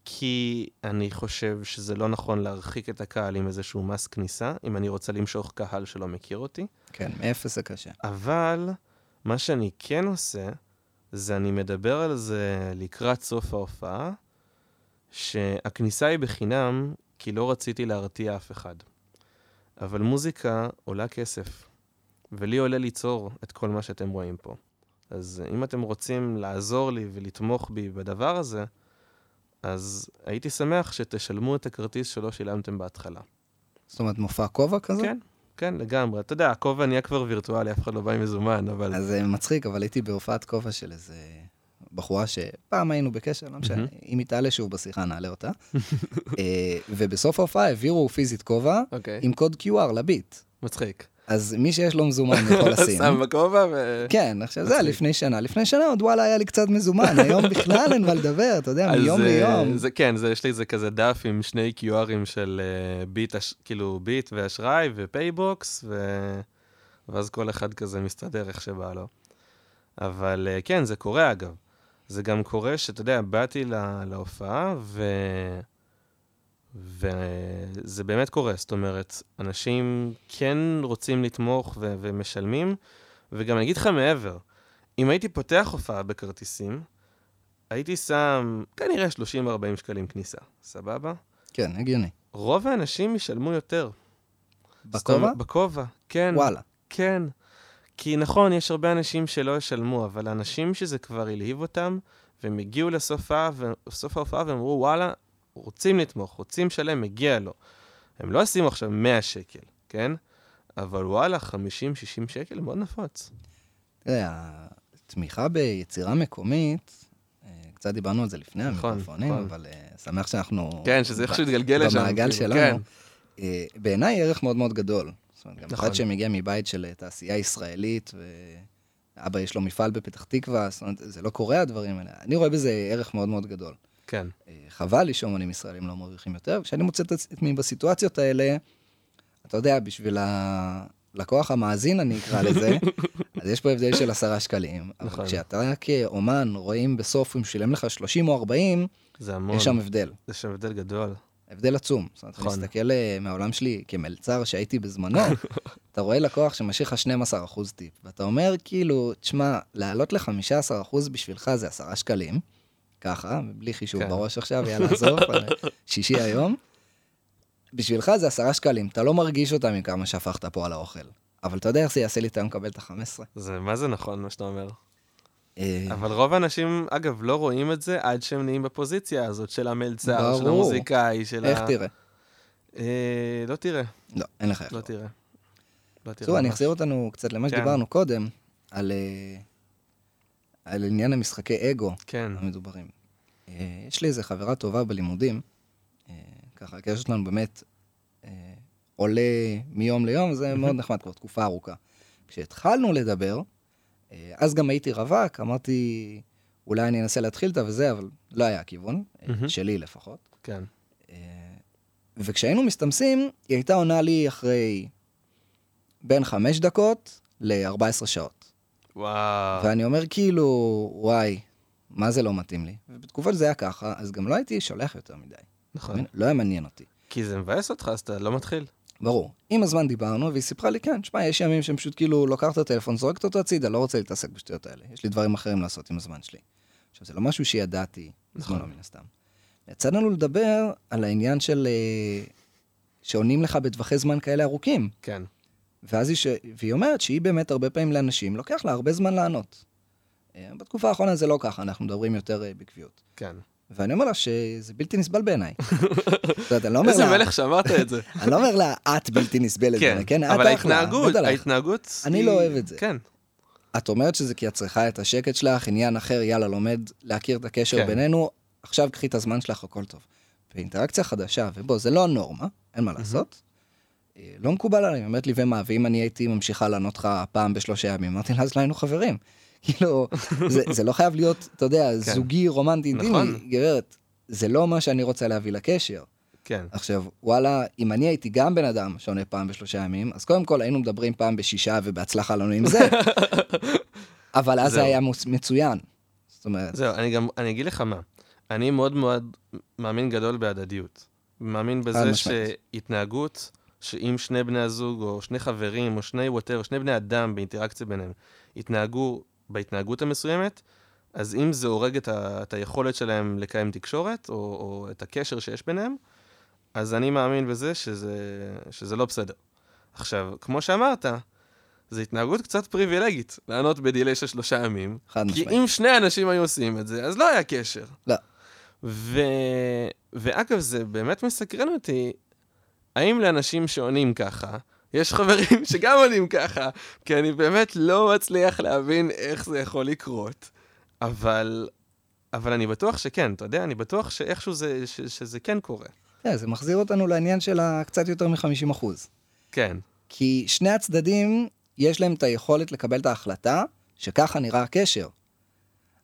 Speaker 1: כי אני חושב שזה לא נכון להרחיק את הקהל עם איזשהו מס כניסה, אם אני רוצה למשוך קהל שלא מכיר אותי.
Speaker 2: כן, מאפס זה קשה.
Speaker 1: אבל מה שאני כן עושה, זה אני מדבר על זה לקראת סוף ההופעה, שהכניסה היא בחינם, כי לא רציתי להרתיע אף אחד. אבל מוזיקה עולה כסף, ולי עולה ליצור את כל מה שאתם רואים פה. אז אם אתם רוצים לעזור לי ולתמוך בי בדבר הזה, אז הייתי שמח שתשלמו את הכרטיס שלא שילמתם בהתחלה.
Speaker 2: זאת אומרת, מופע כובע כזה?
Speaker 1: כן, כן, לגמרי. אתה יודע, הכובע נהיה כבר וירטואלי, אף אחד לא בא עם מזומן, אבל...
Speaker 2: אז זה מצחיק, אבל הייתי בהופעת כובע של איזה בחורה שפעם היינו בקשר, לא משנה,
Speaker 1: מהמם.
Speaker 2: אם היא תעלה שוב בשיחה, נעלה
Speaker 1: <laughs>
Speaker 2: אותה. אה, ובסוף ההופעה העבירו פיזית כובע
Speaker 1: אוקיי.
Speaker 2: עם קוד QR לביט.
Speaker 1: מצחיק.
Speaker 2: אז מי שיש לו
Speaker 1: <laughs>
Speaker 2: מזומן יכול לשים.
Speaker 1: שם בכובע ו...
Speaker 2: כן, עכשיו זה היה
Speaker 1: מצחיק.
Speaker 2: לפני שנה. לפני שנה עוד וואלה היה לי קצת מזומן,
Speaker 1: <laughs>
Speaker 2: היום בכלל אין מה לדבר, אתה יודע,
Speaker 1: אז,
Speaker 2: מיום
Speaker 1: אה,
Speaker 2: ליום.
Speaker 1: זה, כן, זה, יש לי איזה כזה דף עם שני QRים של אה, ביט, אש- כאילו ביט ואשראי ופייבוקס, ו... ואז כל אחד כזה מסתדר איך שבא לו. אבל אה, כן, זה קורה אגב. זה גם קורה שאתה יודע, באתי לה, להופעה, ו... וזה באמת קורה, זאת אומרת, אנשים כן רוצים לתמוך ו- ומשלמים, וגם אני אגיד לך מעבר, אם הייתי פותח הופעה בכרטיסים, הייתי שם כנראה 30-40 שקלים כניסה, סבבה?
Speaker 2: כן, הגיוני.
Speaker 1: רוב האנשים ישלמו יותר. זאת
Speaker 2: בכובע?
Speaker 1: אומרת, בכובע, כן,
Speaker 2: וואלה.
Speaker 1: כן. כי נכון, יש הרבה אנשים שלא ישלמו, אבל האנשים שזה כבר הלהיב אותם, והם הגיעו לסוף ה- סוף ההופעה והם אמרו, וואלה, רוצים לתמוך, רוצים לשלם, מגיע לו. הם לא ישימו עכשיו 100 שקל, כן? אבל וואלה, 50-60 שקל מאוד נפוץ.
Speaker 2: אתה יודע, התמיכה ביצירה מקומית, אה, קצת דיברנו על זה לפני
Speaker 1: נכון,
Speaker 2: המיקרופונים,
Speaker 1: נכון.
Speaker 2: אבל אה, שמח שאנחנו...
Speaker 1: כן, שזה איכשהו יתגלגל לשם.
Speaker 2: במעגל
Speaker 1: כאילו,
Speaker 2: שלנו,
Speaker 1: כן.
Speaker 2: אה, בעיניי ערך מאוד מאוד גדול. זאת אומרת, גם
Speaker 1: נכון.
Speaker 2: אחד שמגיע מבית של אה, תעשייה ישראלית, ואבא יש לו מפעל בפתח תקווה, זאת אומרת, זה לא קורה הדברים האלה. אני רואה בזה ערך מאוד מאוד גדול.
Speaker 1: כן,
Speaker 2: אה, חבל לי שאומנים ישראלים לא מרוויחים יותר, וכשאני מוצא את עצמי בסיטואציות האלה, אתה יודע, בשביל הלקוח המאזין, אני
Speaker 1: <laughs>
Speaker 2: אקרא לזה, אז יש פה הבדל של עשרה שקלים.
Speaker 1: נכון.
Speaker 2: אבל כשאתה כאומן רואים בסוף, אם שילם לך 30 או 40,
Speaker 1: זה המון.
Speaker 2: יש שם הבדל.
Speaker 1: יש שם הבדל גדול.
Speaker 2: הבדל עצום. זאת אומרת, אתה
Speaker 1: נכון.
Speaker 2: מסתכל אה, מהעולם שלי כמלצר
Speaker 1: <laughs>
Speaker 2: שהייתי בזמנו, אתה רואה לקוח שמשאיר לך 12% טיפ, ואתה אומר כאילו, תשמע, להעלות ל-15% בשבילך זה 10 שקלים, ככה, בלי חישוב
Speaker 1: כן.
Speaker 2: בראש עכשיו, יאללה,
Speaker 1: <laughs>
Speaker 2: עזוב, אבל שישי היום. בשבילך זה 10 שקלים, אתה לא מרגיש אותם עם כמה שפכת פה על האוכל. אבל אתה יודע איך זה יעשה לי, אתה מקבל את ה-15.
Speaker 1: זה, מה זה נכון, מה שאתה אומר?
Speaker 2: אה.
Speaker 1: אבל רוב האנשים, אגב, לא רואים את זה עד שהם נהיים בפוזיציה הזאת של המלצר, של
Speaker 2: ברור.
Speaker 1: המוזיקאי, של
Speaker 2: איך
Speaker 1: ה...
Speaker 2: תראה?
Speaker 1: אה, לא תראה,
Speaker 2: לא, אין לך איך.
Speaker 1: לא תראה. לא תראה.
Speaker 2: תראו, אני
Speaker 1: ממש.
Speaker 2: אחזיר אותנו קצת למה
Speaker 1: כן.
Speaker 2: שדיברנו קודם, על, אה, על עניין המשחקי אגו
Speaker 1: כן,
Speaker 2: המדוברים. אה, יש לי איזה חברה טובה בלימודים, אה, ככה, הקשר שלנו באמת אה, עולה מיום ליום, זה מאוד נחמד, כבר תקופה ארוכה. כשהתחלנו לדבר, אה, אז גם הייתי רווק, אמרתי, אולי אני אנסה להתחיל איתה וזה, אבל לא היה הכיוון, אה,
Speaker 1: מהמם.
Speaker 2: שלי לפחות.
Speaker 1: כן.
Speaker 2: אה, וכשהיינו מסתמסים, היא הייתה עונה לי אחרי בין חמש דקות ל-14 שעות.
Speaker 1: וואו.
Speaker 2: ואני אומר כאילו, וואי, מה זה לא מתאים לי? ובתקופה שזה היה ככה, אז גם לא הייתי שולח יותר מדי.
Speaker 1: נכון.
Speaker 2: מבין? לא היה מעניין אותי.
Speaker 1: כי זה מבאס אותך, אז אתה לא מתחיל.
Speaker 2: ברור. עם הזמן דיברנו, והיא סיפרה לי, כן, שמע, יש ימים שהם פשוט כאילו לוקחת את הטלפון, זורקת אותו הצידה, לא רוצה להתעסק בשטויות האלה. יש לי דברים אחרים לעשות עם הזמן שלי. עכשיו, זה לא משהו שידעתי,
Speaker 1: נכון.
Speaker 2: נכון, מן הסתם. יצא לנו לדבר על העניין של... אה, שעונים לך בטווחי זמן כאלה ארוכים.
Speaker 1: כן.
Speaker 2: ואז היא, ש... והיא אומרת שהיא באמת הרבה פעמים לאנשים, לוקח לה הרבה זמן לענות. אה, בתקופה האחרונה זה לא ככה, אנחנו מדברים יותר אה, בקביעות.
Speaker 1: כן.
Speaker 2: ואני אומר לה שזה בלתי נסבל
Speaker 1: <laughs>
Speaker 2: בעיניי. זאת אומרת, אני לא אומר
Speaker 1: איזה
Speaker 2: לה-
Speaker 1: מלך שאמרת
Speaker 2: <laughs>
Speaker 1: את זה.
Speaker 2: אני לא אומר לה, את בלתי נסבלת. בעיניי", כן, "את
Speaker 1: אבל
Speaker 2: אחלה,
Speaker 1: ההתנהגות,
Speaker 2: מת עלייך".
Speaker 1: ההתנהגות...
Speaker 2: אני
Speaker 1: היא-
Speaker 2: לא אוהב את זה.
Speaker 1: כן,
Speaker 2: את אומרת שזה כי את צריכה את השקט שלך, עניין אחר, יאללה, לומד להכיר את הקשר
Speaker 1: כן.
Speaker 2: כן. בינינו, עכשיו קחי את הזמן שלך, הכל טוב. באינטראקציה חדשה, ובוא, זה לא הנורמה, אין מה לעשות. אה, לא מקובל עליי, היא אומרת לי, ומה, ואם אני הייתי ממשיכה לענות לך פעם בשלושה ימים, אמרתי לה, אז לא היינו חברים. <laughs> כאילו, זה, זה לא חייב להיות, אתה יודע,
Speaker 1: כן.
Speaker 2: זוגי, רומנטי,
Speaker 1: נכון.
Speaker 2: אינטימי, גברת, זה לא מה שאני רוצה להביא לקשר.
Speaker 1: כן,
Speaker 2: עכשיו, וואלה, אם אני הייתי גם בן אדם שעונה פעם בשלושה ימים, אז קודם כל היינו מדברים פעם בשישה ובהצלחה לנו עם
Speaker 1: <laughs>
Speaker 2: זה. אבל אז זה
Speaker 1: זהו.
Speaker 2: היה מוס- מצוין. זאת אומרת,
Speaker 1: זהו, אני גם, אני אגיד לך מה. אני מאוד מאוד מאמין גדול בהדדיות. מאמין בזה
Speaker 2: משמעית.
Speaker 1: שהתנהגות, שאם שני בני הזוג, או שני חברים, או שני וואטאבר, שני בני אדם באינטראקציה ביניהם, יתנהגו בהתנהגות המסוימת, אז אם זה הורג את, ה, את היכולת שלהם לקיים תקשורת, או, או את הקשר שיש ביניהם, אז אני מאמין בזה שזה, שזה לא בסדר. עכשיו, כמו שאמרת, זו התנהגות קצת פריבילגית, לענות בדיליי של שלושה ימים,
Speaker 2: חד
Speaker 1: כי
Speaker 2: משמעית.
Speaker 1: אם שני אנשים היו עושים את זה, אז לא היה קשר.
Speaker 2: לא.
Speaker 1: ו... ואגב, זה באמת מסקרן אותי, האם לאנשים שעונים ככה, יש חברים <laughs> שגם עונים ככה, כי אני באמת לא מצליח להבין איך זה יכול לקרות, אבל... אבל אני בטוח שכן, אתה יודע, אני בטוח שאיכשהו זה, ש, שזה כן קורה.
Speaker 2: כן, זה מחזיר אותנו לעניין של הקצת יותר מ-50 אחוז.
Speaker 1: כן,
Speaker 2: כי שני הצדדים, יש להם את היכולת לקבל את ההחלטה שככה נראה הקשר.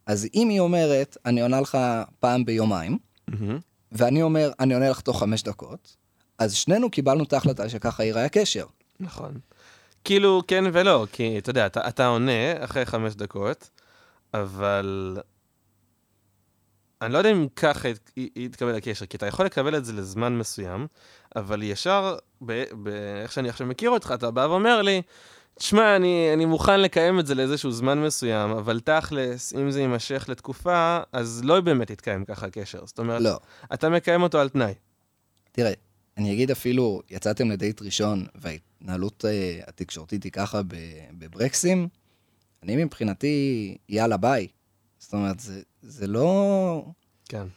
Speaker 2: אז אם היא אומרת, אני עונה לך פעם ביומיים,
Speaker 1: מהמם.
Speaker 2: ואני אומר, אני עונה לך תוך חמש דקות, אז שנינו קיבלנו את ההחלטה שככה ייראה הקשר.
Speaker 1: נכון. כאילו, כן ולא, כי אתה יודע, אתה, אתה עונה אחרי חמש דקות, אבל... אני לא יודע אם ככה ית- י- יתקבל הקשר, כי אתה יכול לקבל את זה לזמן מסוים, אבל ישר, באיך ב- איך שאני עכשיו מכיר אותך, אתה בא ואומר לי, תשמע, אני, אני מוכן לקיים את זה לאיזשהו זמן מסוים, אבל תכלס, אם זה יימשך לתקופה, אז לא באמת יתקיים ככה הקשר. זאת אומרת,
Speaker 2: לא.
Speaker 1: אתה מקיים אותו על תנאי.
Speaker 2: תראה, אני אגיד אפילו, יצאתם לדייט ראשון וההתנהלות אה, התקשורתית היא ככה ב- בברקסים, אני מבחינתי, יאללה ביי. זאת אומרת, זה, זה לא...
Speaker 1: כן.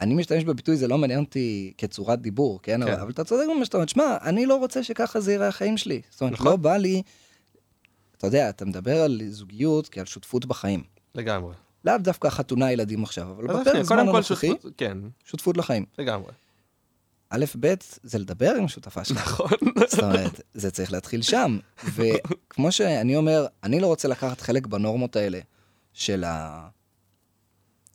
Speaker 2: אני משתמש בביטוי, זה לא מעניין אותי כצורת דיבור, כן?
Speaker 1: כן.
Speaker 2: כן. אבל, אבל אתה צודק במה שאתה אומר, שמע, אני לא רוצה שככה זה יראה החיים שלי. זאת אומרת,
Speaker 1: נכון.
Speaker 2: נכון. לא בא לי... אתה יודע, אתה מדבר על זוגיות כעל שותפות בחיים.
Speaker 1: לגמרי.
Speaker 2: לאו דווקא חתונה ילדים עכשיו, אבל
Speaker 1: אז
Speaker 2: בפרק
Speaker 1: כן,
Speaker 2: זמן
Speaker 1: קודם כל
Speaker 2: הנוכחי,
Speaker 1: שותפות- כן,
Speaker 2: שותפות לחיים.
Speaker 1: לגמרי.
Speaker 2: א', ב', זה לדבר עם שותפה שלך.
Speaker 1: נכון.
Speaker 2: זאת אומרת, זה צריך להתחיל שם. וכמו שאני אומר, אני לא רוצה לקחת חלק בנורמות האלה של ה...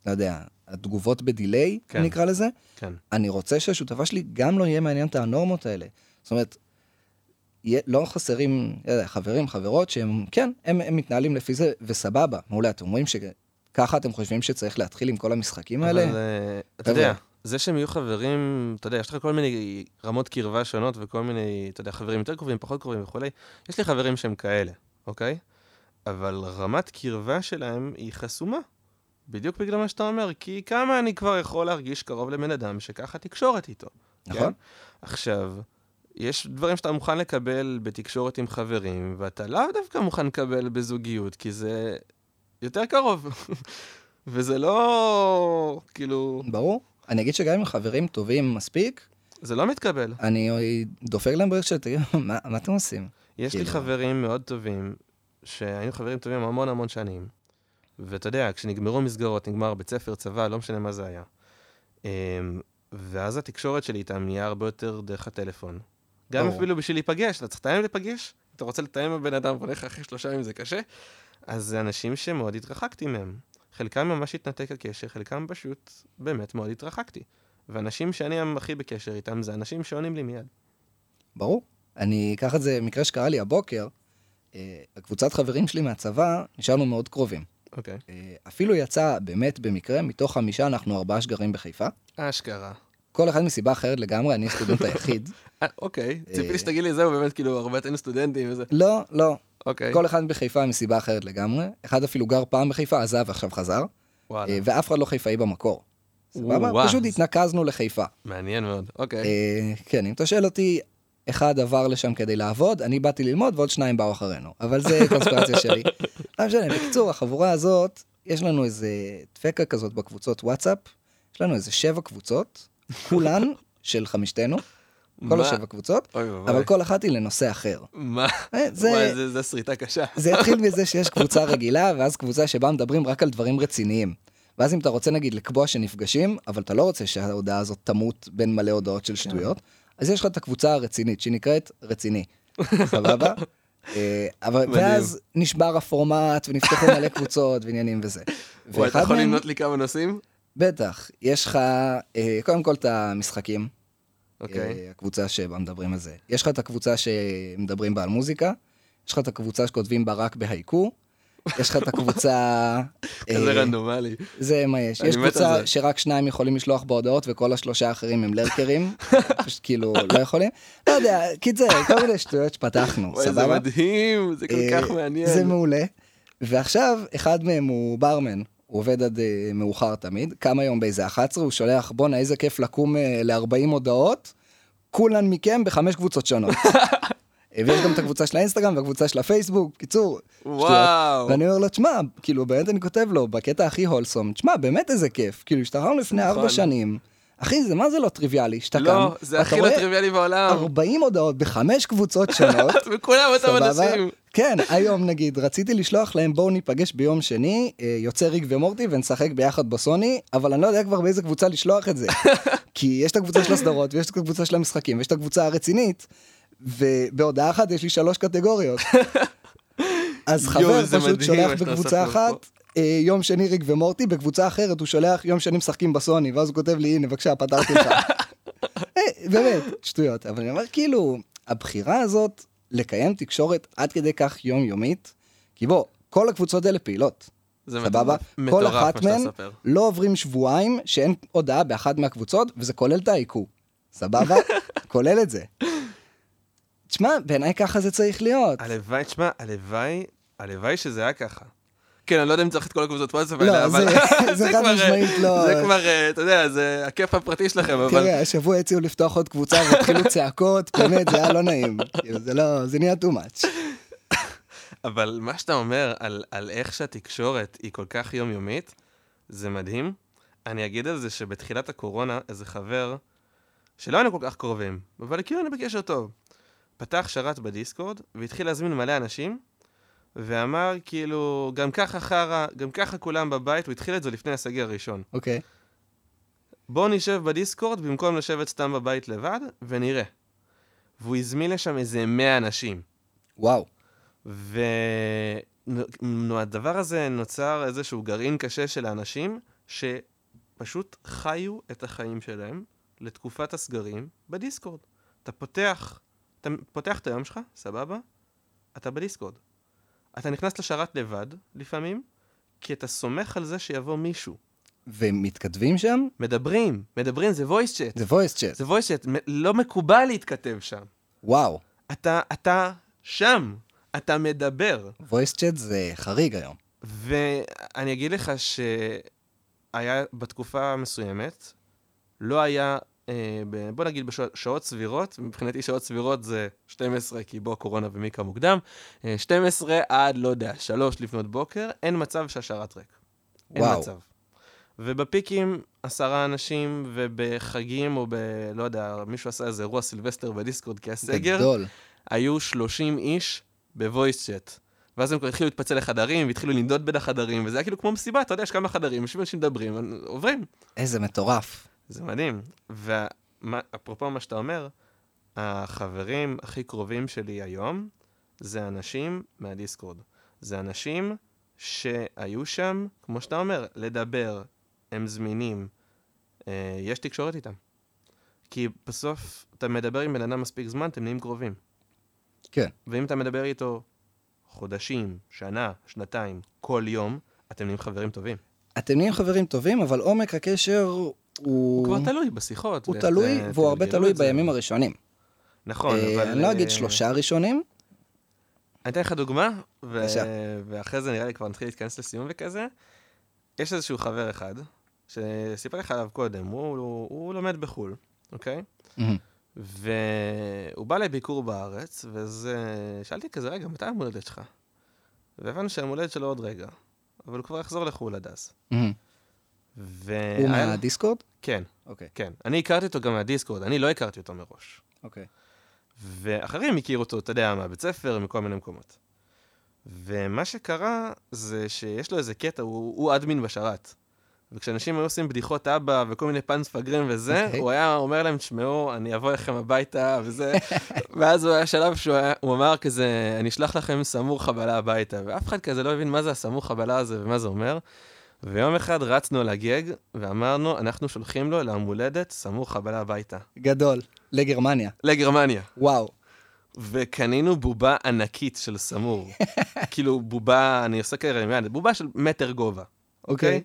Speaker 2: לא יודע, התגובות בדיליי,
Speaker 1: כן.
Speaker 2: כן. נקרא לזה.
Speaker 1: כן.
Speaker 2: אני רוצה שהשותפה שלי גם לא יהיה מעניין את הנורמות האלה. זאת אומרת, יהיה, לא חסרים לא יודע, חברים, חברות, שהם, כן, הם, הם מתנהלים לפי זה, וסבבה, מעולה, אתם אומרים שככה אתם חושבים שצריך להתחיל עם כל המשחקים האלה?
Speaker 1: אבל אה, אתה
Speaker 2: חבר'ה.
Speaker 1: יודע, זה שהם יהיו חברים, אתה יודע, יש לך כל מיני רמות קרבה שונות וכל מיני, אתה יודע, חברים יותר קרובים, פחות קרובים וכולי. יש לי חברים שהם כאלה, אוקיי? אבל רמת קרבה שלהם היא חסומה. בדיוק בגלל מה שאתה אומר, כי כמה אני כבר יכול להרגיש קרוב לבן אדם שככה תקשורת איתו.
Speaker 2: נכון.
Speaker 1: כן. עכשיו, יש דברים שאתה מוכן לקבל בתקשורת עם חברים, ואתה לאו דווקא מוכן לקבל בזוגיות, כי זה יותר קרוב. <laughs> וזה לא, כאילו,
Speaker 2: ברור. אני אגיד שגם אם חברים טובים מספיק,
Speaker 1: זה לא מתקבל.
Speaker 2: אני דופק להם ברשת, תגידו, <laughs> מה, מה אתם עושים?
Speaker 1: יש לי
Speaker 2: כאילו-
Speaker 1: חברים מאוד טובים, שהיינו חברים טובים המון המון שנים, ואתה יודע, כשנגמרו מסגרות, נגמר בית ספר, צבא, לא משנה מה זה היה. אמ, ואז התקשורת שלי איתם נהיה הרבה יותר דרך הטלפון. גם
Speaker 2: ברור.
Speaker 1: אפילו בשביל להיפגש, אתה צריך לתאם להיפגש, אתה רוצה לתאם עם הבן אדם, והולך אחרי שלושה ימים זה קשה. אז זה אנשים שמאוד התרחקתי מהם. חלקם ממש התנתק הקשר, חלקם פשוט באמת מאוד התרחקתי. ואנשים שאני הכי בקשר איתם, זה אנשים שעונים לי מיד.
Speaker 2: ברור. אני אקח את זה, מקרה שקרה לי הבוקר, אה, הקבוצת חברים שלי מהצבא, נשארנו מאוד קרובים.
Speaker 1: אוקיי.
Speaker 2: אה, אפילו יצא באמת במקרה, מתוך חמישה אנחנו ארבעה שגרים בחיפה.
Speaker 1: אשכרה.
Speaker 2: כל אחד מסיבה אחרת לגמרי, אני
Speaker 1: <laughs>
Speaker 2: הסטודנט היחיד.
Speaker 1: אה, אוקיי, ציפי לי
Speaker 2: אה.
Speaker 1: שתגיד לי זהו באמת כאילו ארבעת אין סטודנטים וזה,
Speaker 2: לא, לא.
Speaker 1: אוקיי,
Speaker 2: כל אחד בחיפה מסיבה אחרת לגמרי. אחד אפילו גר פעם בחיפה, עזב ועכשיו חזר.
Speaker 1: וואלה,
Speaker 2: אה, ואף אחד לא חיפאי במקור. סבבה?
Speaker 1: וואו.
Speaker 2: פשוט התנקזנו לחיפה.
Speaker 1: מעניין מאוד, אוקיי,
Speaker 2: אה, כן, אם אה, כן, אתה שואל אותי, אחד עבר לשם כדי לעבוד, אני באתי ללמוד ועוד שניים באו אחרינו. אבל
Speaker 1: <laughs>
Speaker 2: זה קונספירציה שלי. לא משנה, בקיצור, החבורה הזאת, יש לנו איזה דפקה כזאת בקבוצות וואטסאפ, יש לנו איזה שבע קבוצות, כולן של חמישתנו, כל
Speaker 1: מה?
Speaker 2: השבע קבוצות,
Speaker 1: אוי ואבוי.
Speaker 2: אבל כל אחת היא לנושא אחר.
Speaker 1: מה?
Speaker 2: אה, זה-
Speaker 1: וואי, זה- זה סריטה קשה.
Speaker 2: זה התחיל מזה שיש קבוצה רגילה, ואז קבוצה שבה מדברים רק על דברים רציניים. ואז אם אתה רוצה נגיד לקבוע שנפגשים, אבל אתה לא רוצה שההודעה הזאת תמות בין מלא הודעות של
Speaker 1: כן.
Speaker 2: שטויות, אז יש לך את הקבוצה הרצינית, שנקראת
Speaker 1: <laughs>
Speaker 2: רציני. סבבה? אה, אבל-
Speaker 1: מדהים.
Speaker 2: ואז נשבר הפורמט, ונפתחו מלא קבוצות ועניינים וזה.
Speaker 1: וואי, אתה
Speaker 2: ואחד
Speaker 1: יכול
Speaker 2: מהם-
Speaker 1: למנות לי כמה נושאים?
Speaker 2: בטח, יש לך, אה, קודם כל את המשחקים,
Speaker 1: אוקיי.
Speaker 2: אה, הקבוצה שבה מדברים על זה. יש לך את הקבוצה שמדברים בה על מוזיקה, יש לך את הקבוצה שכותבים בה רק בהייקו, יש לך את הקבוצה...
Speaker 1: <laughs> כזה
Speaker 2: אה,
Speaker 1: רנדומלי.
Speaker 2: זה מה יש.
Speaker 1: אני
Speaker 2: יש
Speaker 1: מת על
Speaker 2: קבוצה
Speaker 1: זה.
Speaker 2: שרק שניים יכולים לשלוח בהודעות וכל השלושה האחרים
Speaker 1: <laughs>
Speaker 2: הם לרקרים, פשוט כאילו לא יכולים. לא יודע, קיצר, כל מיני שטויות שפתחנו,
Speaker 1: וואי, זה
Speaker 2: סבבה?
Speaker 1: מדהים, זה כל
Speaker 2: אה,
Speaker 1: כך מעניין.
Speaker 2: זה מעולה. ועכשיו, אחד מהם הוא ברמן, הוא עובד עד אה, מאוחר תמיד, קם היום באיזה 11, הוא שולח, בואנה, איזה כיף לקום אה, ל-40 הודעות, כולן מכם בחמש קבוצות שונות.
Speaker 1: <laughs>
Speaker 2: אה, ויש גם את הקבוצה של האינסטגרם והקבוצה של הפייסבוק, קיצור,
Speaker 1: וואו.
Speaker 2: ואני אומר לו, תשמע, כאילו, באמת אני כותב לו, בקטע הכי הולסום, תשמע, באמת איזה כיף, כאילו, השתחררנו לפני ארבע
Speaker 1: נכון.
Speaker 2: שנים, אחי, זה מה זה לא טריוויאלי, שאתה קם,
Speaker 1: לא, זה
Speaker 2: ואתה
Speaker 1: הכי לא
Speaker 2: רואה
Speaker 1: טריוויאלי בעולם.
Speaker 2: 40 הודעות בחמש קבוצות שונות,
Speaker 1: <laughs> וכולם אותם
Speaker 2: סבבה?
Speaker 1: אנשים.
Speaker 2: כן, היום נגיד, רציתי לשלוח להם, בואו ניפגש ביום שני, אה, יוצא ריק ומורטי ונשחק ביחד בסוני, אבל אני לא יודע כבר באיזה קבוצה לשלוח את זה. כי יש את הקבוצה של הסדרות, ויש את הקבוצה של המשחקים, ויש את הקבוצה הרצינית, ובהודעה אחת יש לי שלוש קטגוריות. אז
Speaker 1: יואו,
Speaker 2: חבר
Speaker 1: זה
Speaker 2: פשוט
Speaker 1: מדהים
Speaker 2: שולח
Speaker 1: מה שאתה
Speaker 2: בקבוצה
Speaker 1: עושה פה.
Speaker 2: אחת, אה, יום שני ריק ומורטי, בקבוצה אחרת הוא שולח יום שני משחקים בסוני, ואז הוא כותב לי, הנה, בבקשה,
Speaker 1: <laughs>
Speaker 2: פתרתי לך. אה, באמת, שטויות. אבל אני אומר, כאילו, הבחירה הזאת לקיים תקשורת עד כדי כך יומיומית, כי בוא, כל הקבוצות האלה פעילות.
Speaker 1: זה
Speaker 2: סבבה?
Speaker 1: מטורף
Speaker 2: כל
Speaker 1: מה
Speaker 2: אחת
Speaker 1: שאתה
Speaker 2: מהן
Speaker 1: מספר.
Speaker 2: לא עוברים שבועיים שאין הודעה באחת מהקבוצות, וזה כולל את האיכו.
Speaker 1: <laughs>
Speaker 2: סבבה? כולל את זה. תשמע, בעיניי ככה זה צריך להיות.
Speaker 1: הלוואי, תשמע, הלוואי, הלוואי שזה היה ככה. כן, אני לא יודע אם צריך את כל הקבוצות וואטסאפ
Speaker 2: לא,
Speaker 1: האלה, אבל... <laughs>
Speaker 2: זה- זה חד
Speaker 1: כבר, אה,
Speaker 2: משמעית לא-
Speaker 1: זה כבר, אה, אתה יודע, זה הכיף הפרטי שלכם, אבל...
Speaker 2: תראה, השבוע הציעו לפתוח עוד קבוצה
Speaker 1: <laughs>
Speaker 2: והתחילו צעקות, באמת, זה היה לא נעים. כאילו, זה לא, זה נהיה too much.
Speaker 1: אבל מה שאתה אומר על, על איך שהתקשורת היא כל כך יומיומית, זה מדהים. אני אגיד על זה שבתחילת הקורונה, איזה חבר, שלא היינו כל כך קרובים, אבל כאילו היינו בקשר טוב, פתח שרת בדיסקורד, והתחיל להזמין מלא אנשים, ואמר כאילו, גם ככה חרא, גם ככה כולם בבית, הוא התחיל את זה לפני הסגר הראשון.
Speaker 2: אוקיי.
Speaker 1: בואו נשב בדיסקורד במקום לשבת סתם בבית לבד, ונראה. והוא הזמין לשם איזה 100 אנשים.
Speaker 2: וואו.
Speaker 1: והדבר הזה נוצר איזשהו גרעין קשה של האנשים שפשוט חיו את החיים שלהם לתקופת הסגרים בדיסקורד. אתה פותח, אתה פותח את היום שלך, סבבה? אתה בדיסקורד. אתה נכנס לשרת לבד לפעמים, כי אתה סומך על זה שיבוא מישהו.
Speaker 2: ומתכתבים שם?
Speaker 1: מדברים, מדברים, זה voice chat.
Speaker 2: זה voice chat.
Speaker 1: זה voice chat, מ- לא מקובל להתכתב שם.
Speaker 2: וואו.
Speaker 1: אתה, אתה שם, אתה מדבר.
Speaker 2: voice chat זה חריג היום.
Speaker 1: ואני אגיד לך שהיה בתקופה המסוימת, לא היה, אה, ב- בוא נגיד בשעות סבירות, מבחינתי שעות סבירות זה 12, כי בוא קורונה ומי כמוקדם, אה, 12 עד, לא יודע, 3 לפנות בוקר, אין מצב שהשרת ריק. אין
Speaker 2: וואו.
Speaker 1: מצב. ובפיקים עשרה אנשים, ובחגים או ב... לא יודע, מישהו עשה איזה אירוע סילבסטר בדיסקורד כי היה סגר.
Speaker 2: גדול.
Speaker 1: היו 30 איש בוויס צ'אט. ואז הם כבר התחילו להתפצל לחדרים, והתחילו לנדוד בין החדרים, וזה היה כאילו כמו מסיבה, אתה יודע, יש כמה חדרים, יושבים אנשים מדברים, עוברים.
Speaker 2: איזה מטורף.
Speaker 1: זה מדהים. ואפרופו מה שאתה אומר, החברים הכי קרובים שלי היום, זה אנשים מהדיסקורד. זה אנשים שהיו שם, כמו שאתה אומר, לדבר, הם זמינים, אה, יש תקשורת איתם. כי בסוף אתה מדבר עם בן אדם מספיק זמן, אתם נהיים קרובים.
Speaker 2: כן.
Speaker 1: ואם אתה מדבר איתו חודשים, שנה, שנתיים, כל יום, אתם נהיים חברים טובים.
Speaker 2: אתם נהיים חברים טובים, אבל עומק הקשר הוא...
Speaker 1: הוא כבר תלוי בשיחות.
Speaker 2: הוא
Speaker 1: ואיך
Speaker 2: תלוי,
Speaker 1: ת-
Speaker 2: והוא הרבה
Speaker 1: תגלגלו
Speaker 2: תלוי
Speaker 1: את זה.
Speaker 2: בימים הראשונים.
Speaker 1: נכון,
Speaker 2: אה,
Speaker 1: אבל...
Speaker 2: אני לא אגיד
Speaker 1: אה,
Speaker 2: שלושה ראשונים,
Speaker 1: אני אתן לך דוגמה, ו...
Speaker 2: בבקשה.
Speaker 1: ואחרי זה נראה לי כבר נתחיל להתכנס לסיום וכזה. יש איזשהו חבר אחד, שסיפר לך עליו קודם, הוא, הוא, הוא לומד בחו"ל, אוקיי? והוא בא לביקור בארץ, ואז אה, שאלתי כזה, רגע, מתי היום הולדת שלך? והבנו שהיום הולדת שלו עוד רגע, אבל הוא כבר יחזור לחו"ל עד אז.
Speaker 2: מהמם.
Speaker 1: והיה-
Speaker 2: הוא מהדיסקורד?
Speaker 1: כן,
Speaker 2: אוקיי,
Speaker 1: כן. אני הכרתי אותו גם מהדיסקורד, אני לא הכרתי אותו מראש.
Speaker 2: אוקיי.
Speaker 1: ואחרים הכירו אותו, אתה יודע, מהבית ספר, מכל מיני מקומות. ומה שקרה זה שיש לו איזה קטע, הוא, הוא אדמין בשרת. וכשאנשים היו עושים בדיחות אבא וכל מיני פאנס פגרים וזה, okay.
Speaker 2: אוקיי.
Speaker 1: הוא היה אומר להם, תשמעו, אני אבוא אליכם הביתה וזה. <laughs> ואז הוא היה שלב שהוא היה, הוא אמר כזה, אני אשלח לכם סמור חבלה הביתה. ואף אחד כזה לא הבין מה זה הסמור חבלה הזה ומה זה אומר. ויום אחד רצנו לגג ואמרנו, אנחנו שולחים לו ליום הולדת סמור חבלה הביתה.
Speaker 2: גדול. לגרמניה.
Speaker 1: לגרמניה.
Speaker 2: וואו.
Speaker 1: וקנינו בובה ענקית של
Speaker 2: <laughs>
Speaker 1: סמור. כאילו בובה, אני עושה כאלה עם יד, בובה של מטר גובה, אוקיי?
Speaker 2: אוקיי.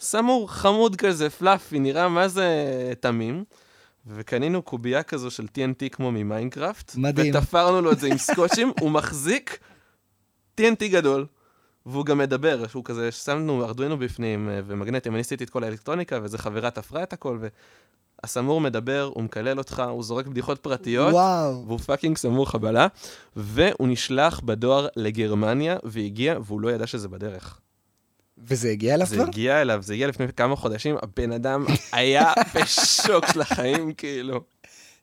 Speaker 1: סמור, חמוד כזה, פלאפי, נראה מה זה תמים. וקנינו קובייה כזו של TNT כמו ממיינקראפט.
Speaker 2: מדהים.
Speaker 1: ותפרנו לו את זה
Speaker 2: <laughs>
Speaker 1: עם סקוטשים, הוא מחזיק TNT גדול. והוא גם מדבר, שהוא כזה, שמנו ארדואינו בפנים אה, ומגנטים, אני עשיתי את כל האלקטרוניקה, ואיזה חברה תפרה את הכל, והסמור מדבר, הוא מקלל אותך, הוא זורק בדיחות פרטיות.
Speaker 2: וואו.
Speaker 1: והוא פאקינג סמור חבלה, והוא נשלח בדואר לגרמניה, והגיע, והוא לא ידע שזה בדרך.
Speaker 2: וזה הגיע אליו
Speaker 1: זה
Speaker 2: כבר?
Speaker 1: הגיע אליו, זה הגיע לפני כמה חודשים, הבן אדם היה בשוק של החיים, כאילו.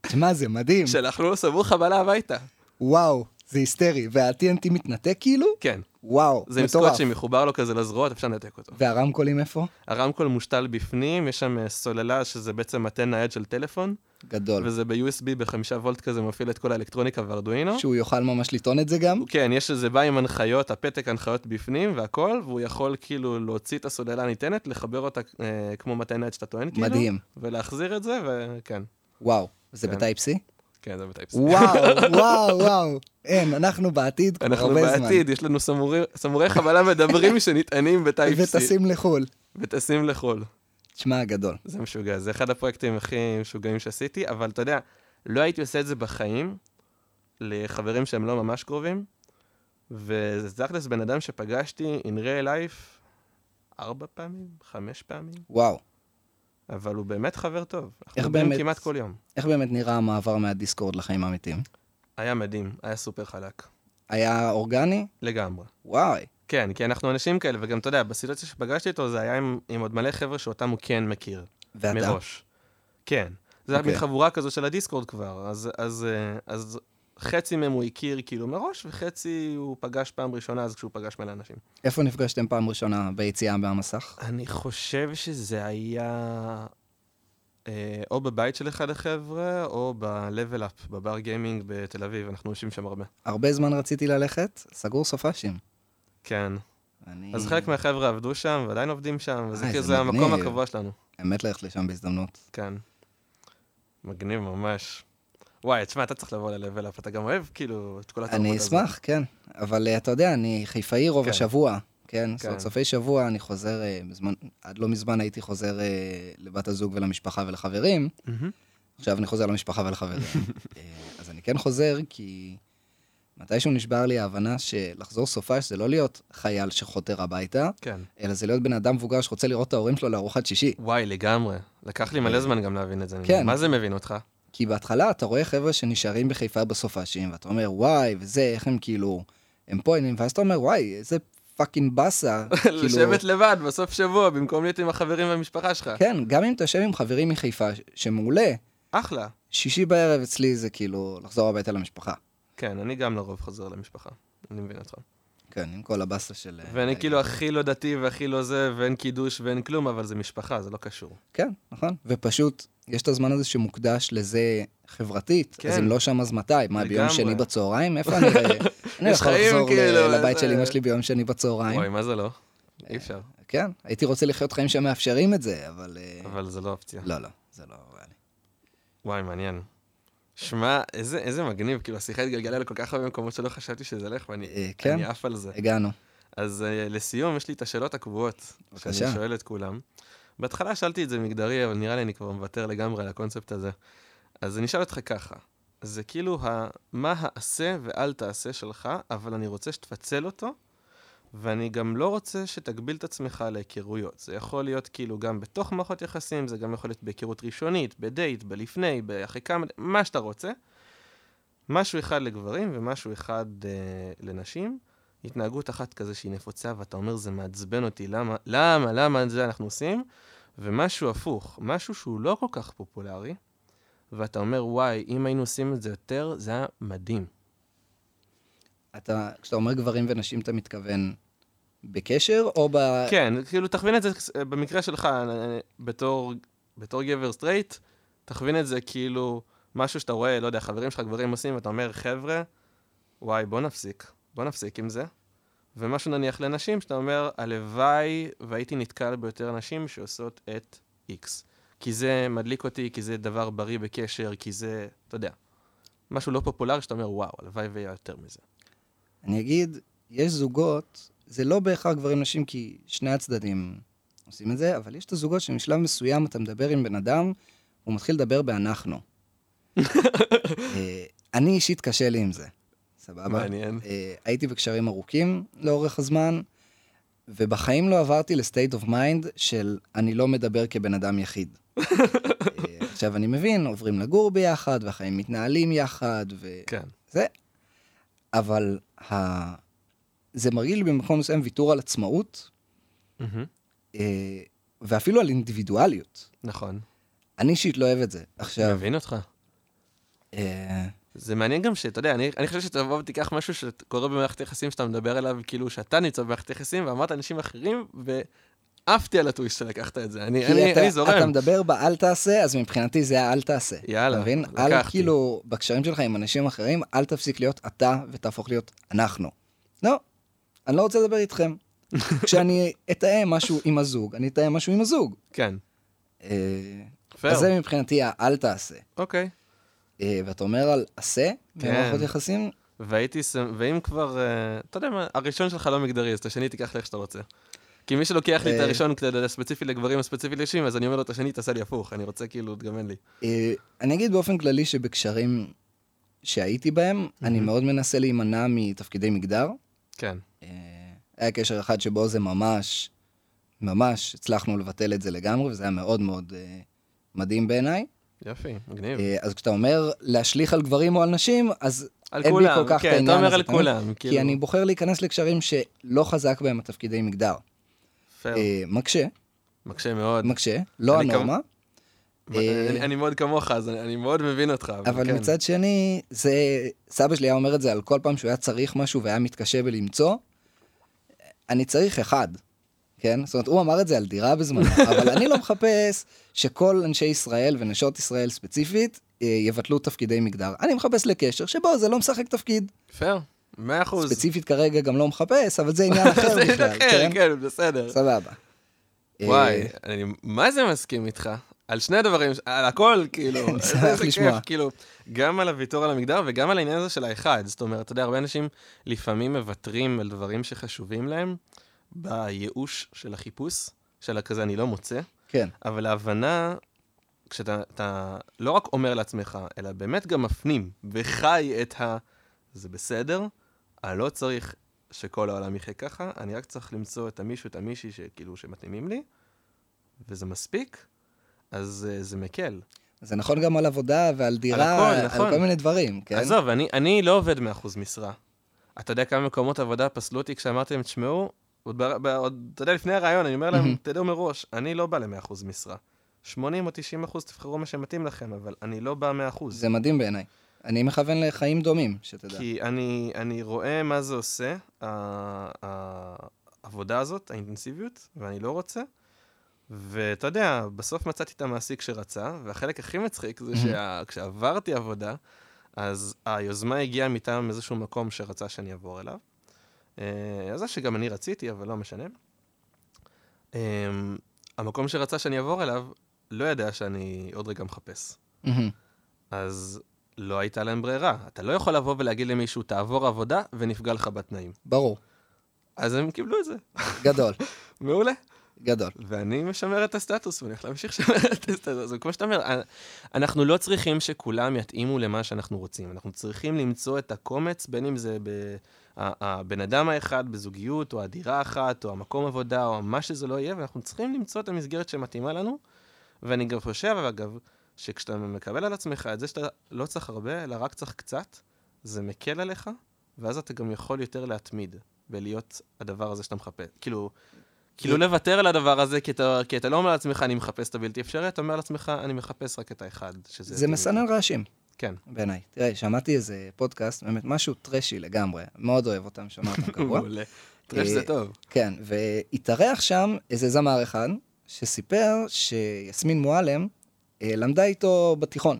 Speaker 2: תשמע, זה מדהים.
Speaker 1: שלחנו לו סמור חבלה הביתה.
Speaker 2: וואו. זה היסטרי. וה-TNT מתנתק כאילו?
Speaker 1: כן,
Speaker 2: וואו.
Speaker 1: זה עם
Speaker 2: מטורף.
Speaker 1: סקוט שמחובר לו כזה לזרועות, אפשר לנתק אותו.
Speaker 2: והרמקולים איפה?
Speaker 1: הרמקול מושתל בפנים, יש שם אה, סוללה שזה בעצם מתן נייד של טלפון,
Speaker 2: גדול.
Speaker 1: וזה ב-USB בחמישה וולט כזה מפעיל את כל האלקטרוניקה והארדואינו.
Speaker 2: שהוא יוכל ממש לטעון את זה גם?
Speaker 1: כן, יש איזה בא עם הנחיות, הפתק הנחיות בפנים והכל, והוא יכול כאילו להוציא את הסוללה הניתנת, לחבר אותה אה, כמו מתנת שאתה טוען, כאילו.
Speaker 2: מדהים.
Speaker 1: ולהחזיר את זה, וכן.
Speaker 2: וואו. זה
Speaker 1: כן.
Speaker 2: בטייפ C?
Speaker 1: כן, <laughs> זה בטייפס.
Speaker 2: וואו, וואו, וואו. אין, אנחנו בעתיד כבר <laughs> הרבה
Speaker 1: אנחנו
Speaker 2: זמן.
Speaker 1: בעתיד, יש לנו סמורי, סמורי חבלה
Speaker 2: <laughs>
Speaker 1: מדברים שנטענים בטייפסי,
Speaker 2: וטסים לחו"ל.
Speaker 1: וטסים לחו"ל.
Speaker 2: תשמע, גדול.
Speaker 1: זה משוגע, זה אחד הפרויקטים הכי משוגעים שעשיתי, אבל אתה יודע, לא הייתי עושה את זה בחיים, לחברים שהם לא ממש קרובים, וזה תכלס בן אדם שפגשתי in real life ארבע פעמים, חמש פעמים,
Speaker 2: וואו.
Speaker 1: אבל הוא באמת חבר טוב.
Speaker 2: איך
Speaker 1: אנחנו מדברים
Speaker 2: באמת?
Speaker 1: כמעט כל יום.
Speaker 2: איך באמת נראה המעבר מהדיסקורד לחיים האמיתיים?
Speaker 1: היה מדהים, היה סופר חלק,
Speaker 2: היה אורגני?
Speaker 1: לגמרי.
Speaker 2: וואי.
Speaker 1: כן, כי אנחנו אנשים כאלה, וגם אתה יודע, בסיטואציה שפגשתי אותו זה היה עם, עם עוד מלא חבר'ה שאותם הוא כן מכיר.
Speaker 2: ואתה?
Speaker 1: מראש. כן. זה היה
Speaker 2: אוקיי.
Speaker 1: מין חבורה כזו של הדיסקורד כבר, אז, אז, אה, אז חצי מהם הוא הכיר כאילו מראש, וחצי הוא פגש פעם ראשונה, אז כשהוא פגש מלא אנשים.
Speaker 2: איפה נפגשתם פעם ראשונה ביציאה מהמסך?
Speaker 1: אני חושב שזה היה אה, או בבית של אחד החבר'ה, או ב-level up, בבר גיימינג בתל אביב, אנחנו יושבים שם הרבה.
Speaker 2: הרבה זמן רציתי ללכת, סגור סופאשים.
Speaker 1: כן.
Speaker 2: Mm. אני...
Speaker 1: אז חלק מהחבר'ה עבדו שם, ועדיין עובדים שם, וזה
Speaker 2: אה,
Speaker 1: כאילו
Speaker 2: זה
Speaker 1: זה המקום
Speaker 2: מגניב.
Speaker 1: הקבוע שלנו.
Speaker 2: אמת ללכת לשם לא בהזדמנות.
Speaker 1: כן. מגניב ממש. וואי, תשמע, אתה צריך לבוא ל-level up, אתה גם אוהב כאילו את כל התרבות
Speaker 2: אני
Speaker 1: הזאת.
Speaker 2: אשמח, כן. אבל אה, אתה יודע, אני חיפאי רוב
Speaker 1: כן.
Speaker 2: השבוע. כן, זאת
Speaker 1: כן.
Speaker 2: אומרת, סופי שבוע אני חוזר, אה, בזמן, עד לא מזמן הייתי חוזר אה, לבת הזוג ולמשפחה ולחברים,
Speaker 1: מהמם.
Speaker 2: עכשיו אני חוזר למשפחה
Speaker 1: <laughs>
Speaker 2: ולחברים. אה, אז אני כן חוזר, כי מתישהו נשבר לי ההבנה שלחזור סופש זה לא להיות חייל שחותר הביתה,
Speaker 1: כן.
Speaker 2: אלא זה להיות בן אדם מבוגר שרוצה לראות את ההורים שלו לארוחת שישי.
Speaker 1: וואי, לגמרי. לקח לי מלא זמן גם להבין את זה.
Speaker 2: אה. כן.
Speaker 1: מה זה מבין אותך?
Speaker 2: כי בהתחלה אתה רואה חבר'ה שנשארים בחיפה בסופאשים, ואתה אומר, וואי, וזה, איך הם כאילו, הם פה, הם- ואז אתה אומר, וואי, איזה פאקינג באסה. <laughs>
Speaker 1: <laughs>
Speaker 2: כאילו,
Speaker 1: לשבת לבד בסוף שבוע במקום להיות עם החברים והמשפחה שלך.
Speaker 2: כן, גם אם אתה יושב עם חברים מחיפה, ש- שמעולה,
Speaker 1: אחלה.
Speaker 2: שישי בערב אצלי זה כאילו לחזור הביתה למשפחה.
Speaker 1: כן, אני גם לרוב חוזר למשפחה. אני מבין אותך.
Speaker 2: כן, עם כל הבאסה של...
Speaker 1: ואני
Speaker 2: אה.
Speaker 1: כאילו הכי לא דתי והכי לא זה, ואין קידוש ואין כלום, אבל זה משפחה, זה לא קשור.
Speaker 2: כן, נכון. ופשוט, יש את הזמן הזה שמוקדש לזה חברתית,
Speaker 1: כן.
Speaker 2: אז אם לא שם אז מתי? מה, ביום
Speaker 1: לגמרי.
Speaker 2: שני בצהריים?
Speaker 1: <laughs>
Speaker 2: איפה אני... אראה? אני
Speaker 1: יש
Speaker 2: יכול
Speaker 1: חיים,
Speaker 2: לחזור
Speaker 1: כאילו,
Speaker 2: ל- לבית
Speaker 1: זה-
Speaker 2: של אמא שלי ביום שני בצהריים.
Speaker 1: וואי, מה זה לא? אי אפשר.
Speaker 2: כן, הייתי רוצה לחיות חיים שמאפשרים את זה, אבל... אה,
Speaker 1: אבל זה לא אופציה.
Speaker 2: לא, לא, זה לא ריאלי.
Speaker 1: וואי, מעניין. שמע, איזה איזה מגניב, כאילו, השיחה התגלגלה לכל כך הרבה מקומות שלא חשבתי שזה ילך, ואני
Speaker 2: אה, כן.
Speaker 1: אני עף על זה.
Speaker 2: הגענו.
Speaker 1: אז אה, לסיום, יש לי את השאלות הקבועות, שאני
Speaker 2: בבקשה.
Speaker 1: שואל את כולם. בהתחלה שאלתי את זה מגדרי, אבל נראה לי אני כבר מוותר לגמרי על הקונספט הזה. אז אני אשאל אותך ככה, זה כאילו ה... מה העשה ואל תעשה שלך, אבל אני רוצה שתפצל אותו ואני גם לא רוצה שתגביל את עצמך להיכרויות. זה יכול להיות כאילו גם בתוך מערכות יחסים, זה גם יכול להיות בהיכרות ראשונית, בדייט, בלפני, אחרי כמה, מה שאתה רוצה. משהו אחד לגברים ומשהו אחד אה, לנשים. התנהגות אחת כזה שהיא נפוצה, ואתה אומר, זה מעצבן אותי, למה, למה, למה את זה אנחנו עושים? ומשהו הפוך, משהו שהוא לא כל כך פופולרי, ואתה אומר, וואי, אם היינו עושים את זה יותר, זה היה מדהים.
Speaker 2: אתה, כשאתה אומר גברים ונשים, אתה מתכוון בקשר או ב...
Speaker 1: כן, כאילו, תכווין את זה, אה, במקרה שלך, אה, אה, בתור, בתור גבר סטרייט, תכווין את זה כאילו משהו שאתה רואה, לא יודע, חברים שלך גברים עושים, ואתה אומר, חבר'ה, וואי, בוא נפסיק, בוא נפסיק עם זה. ומשהו נניח לנשים, שאתה אומר, הלוואי והייתי נתקל ביותר נשים שעושות את X. כי זה מדליק אותי, כי זה דבר בריא בקשר, כי זה, אתה יודע, משהו לא פופולרי שאתה אומר, וואו, הלוואי ויהיה יותר מזה.
Speaker 2: אני אגיד, יש זוגות, זה לא בהכרח גברים נשים, כי שני הצדדים עושים את זה, אבל יש את הזוגות שמשלב מסוים אתה מדבר עם בן אדם, הוא מתחיל לדבר
Speaker 1: <laughs>
Speaker 2: באנחנו. אה, אני אישית קשה לי עם זה, סבבה?
Speaker 1: מעניין.
Speaker 2: אה, הייתי בקשרים ארוכים לאורך הזמן, ובחיים לא עברתי לסטייט אוף מיינד של אני לא מדבר כבן אדם יחיד. אה, עכשיו אני מבין, עוברים לגור ביחד, והחיים מתנהלים יחד, ו...
Speaker 1: כן.
Speaker 2: זה. אבל ה... זה מרגיש לי במקום מסוים ויתור על עצמאות,
Speaker 1: מהמם.
Speaker 2: אה, ואפילו על אינדיבידואליות.
Speaker 1: נכון.
Speaker 2: אני אישית לא אוהב את זה. עכשיו,
Speaker 1: מבין אותך.
Speaker 2: אה,
Speaker 1: זה מעניין גם שאתה יודע, אני, אני חושב שתבוא ותיקח משהו שקורה במערכת יחסים שאתה מדבר עליו, כאילו שאתה נמצא במערכת יחסים ואמרת אנשים אחרים, ועפתי על הטוויסט שלקחת את זה. אני,
Speaker 2: כי
Speaker 1: אני,
Speaker 2: אתה,
Speaker 1: אני זורם.
Speaker 2: אתה מדבר באל תעשה, אז מבחינתי זה האל תעשה.
Speaker 1: יאללה,
Speaker 2: אתה מבין?
Speaker 1: לקחתי.
Speaker 2: אל כאילו, בקשרים שלך עם אנשים אחרים, אל תפסיק להיות אתה ותהפוך להיות אנחנו. לא, אני לא רוצה לדבר
Speaker 1: <laughs>
Speaker 2: איתכם. כשאני אתאם משהו עם הזוג, אני אתאם משהו עם הזוג.
Speaker 1: כן,
Speaker 2: אה,
Speaker 1: פייר.
Speaker 2: אז זה מבחינתי האל תעשה.
Speaker 1: אוקיי.
Speaker 2: אה, ואתה אומר על עשה
Speaker 1: כן.
Speaker 2: במערכות יחסים,
Speaker 1: והייתי, שמ- ואם כבר, אה, אתה יודע מה, הראשון שלך לא מגדרי, אז את השני תיקח לאיך שאתה רוצה. כי מי שלוקח לי את
Speaker 2: אה.
Speaker 1: הראשון כדי ספציפי לגברים וספציפי לנשים, אז אני אומר לו את השני, תעשה לי הפוך, אני רוצה כאילו, תגמן לי.
Speaker 2: אה, אני אגיד באופן כללי שבקשרים שהייתי בהם, אני מאוד מנסה להימנע מתפקידי מגדר.
Speaker 1: כן.
Speaker 2: אה, היה קשר אחד שבו זה ממש, ממש הצלחנו לבטל את זה לגמרי, וזה היה מאוד מאוד אה, מדהים בעיניי.
Speaker 1: יופי, מגניב.
Speaker 2: אה, אז כשאתה אומר להשליך על גברים או על נשים, אז
Speaker 1: על
Speaker 2: אין לי
Speaker 1: כולם,
Speaker 2: כל כך את
Speaker 1: כן, אתה
Speaker 2: העניין
Speaker 1: אומר
Speaker 2: הזה,
Speaker 1: על
Speaker 2: אתה מבין?
Speaker 1: כולם, כאילו.
Speaker 2: כי אני בוחר להיכנס לקשרים שלא חזק בהם התפקידי מגדר.
Speaker 1: פייר.
Speaker 2: אה, מקשה,
Speaker 1: מקשה מאוד.
Speaker 2: מקשה, לא
Speaker 1: כן. אני כמ-
Speaker 2: הנורמה. אה,
Speaker 1: אני- אני מאוד כמוך, אז אני- אני מאוד מבין אותך.
Speaker 2: אבל
Speaker 1: כן.
Speaker 2: מצד שני, זה... סבא שלי היה אומר את זה על כל פעם שהוא היה צריך משהו והיה מתקשה בלמצוא. אני צריך אחד, כן? זאת אומרת, הוא אמר את זה על דירה בזמנו, אבל אני לא מחפש שכל אנשי ישראל ונשות ישראל ספציפית אה, יבטלו תפקידי מגדר. אני מחפש לקשר שבו זה לא משחק תפקיד.
Speaker 1: פייר, מאה אחוז.
Speaker 2: ספציפית כרגע גם לא מחפש, אבל זה עניין אחר
Speaker 1: <laughs> זה
Speaker 2: בכלל,
Speaker 1: אחר,
Speaker 2: כן?
Speaker 1: כן, בסדר.
Speaker 2: סבבה.
Speaker 1: וואי,
Speaker 2: אה,
Speaker 1: אני מה זה מסכים איתך? על שני הדברים, על הכל,
Speaker 2: <laughs>
Speaker 1: כאילו.
Speaker 2: אני שמח
Speaker 1: איזה כיף,
Speaker 2: לשמוע.
Speaker 1: כאילו, גם על הוויתור על המגדר וגם על העניין הזה של האחד. זאת אומרת, אתה יודע, הרבה אנשים לפעמים מוותרים על דברים שחשובים להם בייאוש של החיפוש, של הכזה אני לא מוצא.
Speaker 2: כן,
Speaker 1: אבל ההבנה, כשאתה אתה לא רק אומר לעצמך, אלא באמת גם מפנים וחי את ה... זה בסדר, אני לא צריך שכל העולם יחיה ככה, אני רק צריך למצוא את המישהו, את המישהי שכאילו שמתאימים לי, וזה מספיק, אז אה, זה מקל.
Speaker 2: זה נכון גם על עבודה ועל דירה,
Speaker 1: הכל,
Speaker 2: על
Speaker 1: נכון.
Speaker 2: כל מיני דברים, כן?
Speaker 1: כן? עזוב, אני, אני לא עובד 100% משרה. אתה יודע כמה מקומות עבודה פסלו אותי כשאמרתי להם, תשמעו, עוד, בר, ב, עוד, אתה יודע, לפני הרעיון, אני אומר להם,
Speaker 2: מהמם.
Speaker 1: תדעו מראש, אני לא בא ל-100% משרה. 80 או 90 אחוז, תבחרו מה שמתאים לכם, אבל אני לא בא 100 אחוז.
Speaker 2: זה מדהים בעיניי. אני מכוון לחיים דומים, שתדע.
Speaker 1: כי אני, אני רואה מה זה עושה, ה- העבודה הזאת, האינטנסיביות, ואני לא רוצה. ואתה יודע, בסוף מצאתי את המעסיק שרצה, והחלק הכי מצחיק זה שכשעברתי עבודה, אז היוזמה הגיעה מטעם איזשהו מקום שרצה שאני אעבור אליו. אה, זה שגם אני רציתי, אבל לא משנה. אה, המקום שרצה שאני אעבור אליו, לא ידע שאני עוד רגע מחפש.
Speaker 2: מהמם.
Speaker 1: אז לא הייתה להם ברירה. אתה לא יכול לבוא ולהגיד למישהו, תעבור עבודה ונפגע לך בתנאים.
Speaker 2: ברור,
Speaker 1: אז הם קיבלו את זה,
Speaker 2: גדול,
Speaker 1: מעולה.
Speaker 2: גדול.
Speaker 1: ואני משמר את הסטטוס, ואני הולך להמשיך לשמר <laughs> את הסטטוס. וכמו שאתה אומר, אנ- אנחנו לא צריכים שכולם יתאימו למה שאנחנו רוצים. אנחנו צריכים למצוא את הקומץ, בין אם זה ה- הבן אדם האחד בזוגיות, או הדירה האחת, או המקום עבודה, או מה שזה לא יהיה, ואנחנו צריכים למצוא את המסגרת שמתאימה לנו. ואני גם חושב, אגב, שכשאתה מקבל על עצמך את זה שאתה לא צריך הרבה, אלא רק צריך קצת, זה מקל עליך, ואז אתה גם יכול יותר להתמיד בלהיות הדבר הזה שאתה מחפש. כאילו, כאילו לוותר על הדבר הזה, כי אתה, כי אתה לא אומר לעצמך, אני מחפש את הבלתי אפשרי, אתה אומר לעצמך, אני מחפש רק את האחד, שזה...
Speaker 2: זה
Speaker 1: תמיד."
Speaker 2: מסנן רעשים.
Speaker 1: כן.
Speaker 2: בעיניי. תראה, שמעתי איזה פודקאסט, באמת משהו טרשי לגמרי, מאוד אוהב אותם, שומע אותם קבוע.
Speaker 1: <laughs> מעולה. תראה שזה טוב.
Speaker 2: כן, והתארח שם איזה זמר אחד, שסיפר שיסמין מועלם אה, למדה איתו בתיכון.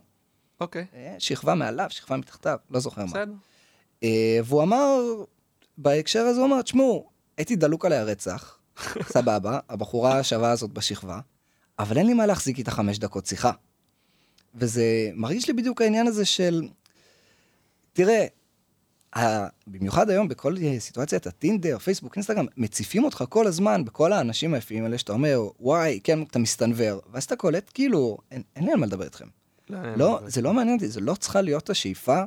Speaker 1: אוקיי,
Speaker 2: אה, שכבה מעליו, שכבה מתחתיו, לא זוכר מה.
Speaker 1: בסדר.
Speaker 2: אה, והוא אמר, בהקשר הזה הוא אמר, תשמעו, הייתי דלוק עליה רצח, סבבה, הבחורה השווה הזאת בשכבה, אבל אין לי מה להחזיק איתה חמש דקות שיחה. וזה מרגיש לי בדיוק העניין הזה של, תראה, ה- במיוחד היום בכל אה, סיטואציית הטינדר, פייסבוק, אינסטגרם, מציפים אותך כל הזמן בכל האנשים היפים האלה שאתה אומר, וואי, כן, אתה מסתנוור, ואז אתה קולט, כאילו, אין, אין לי על מה לדבר איתכם.
Speaker 1: אני
Speaker 2: לא,
Speaker 1: מבין.
Speaker 2: זה לא מעניין אותי, זה לא צריכה להיות השאיפה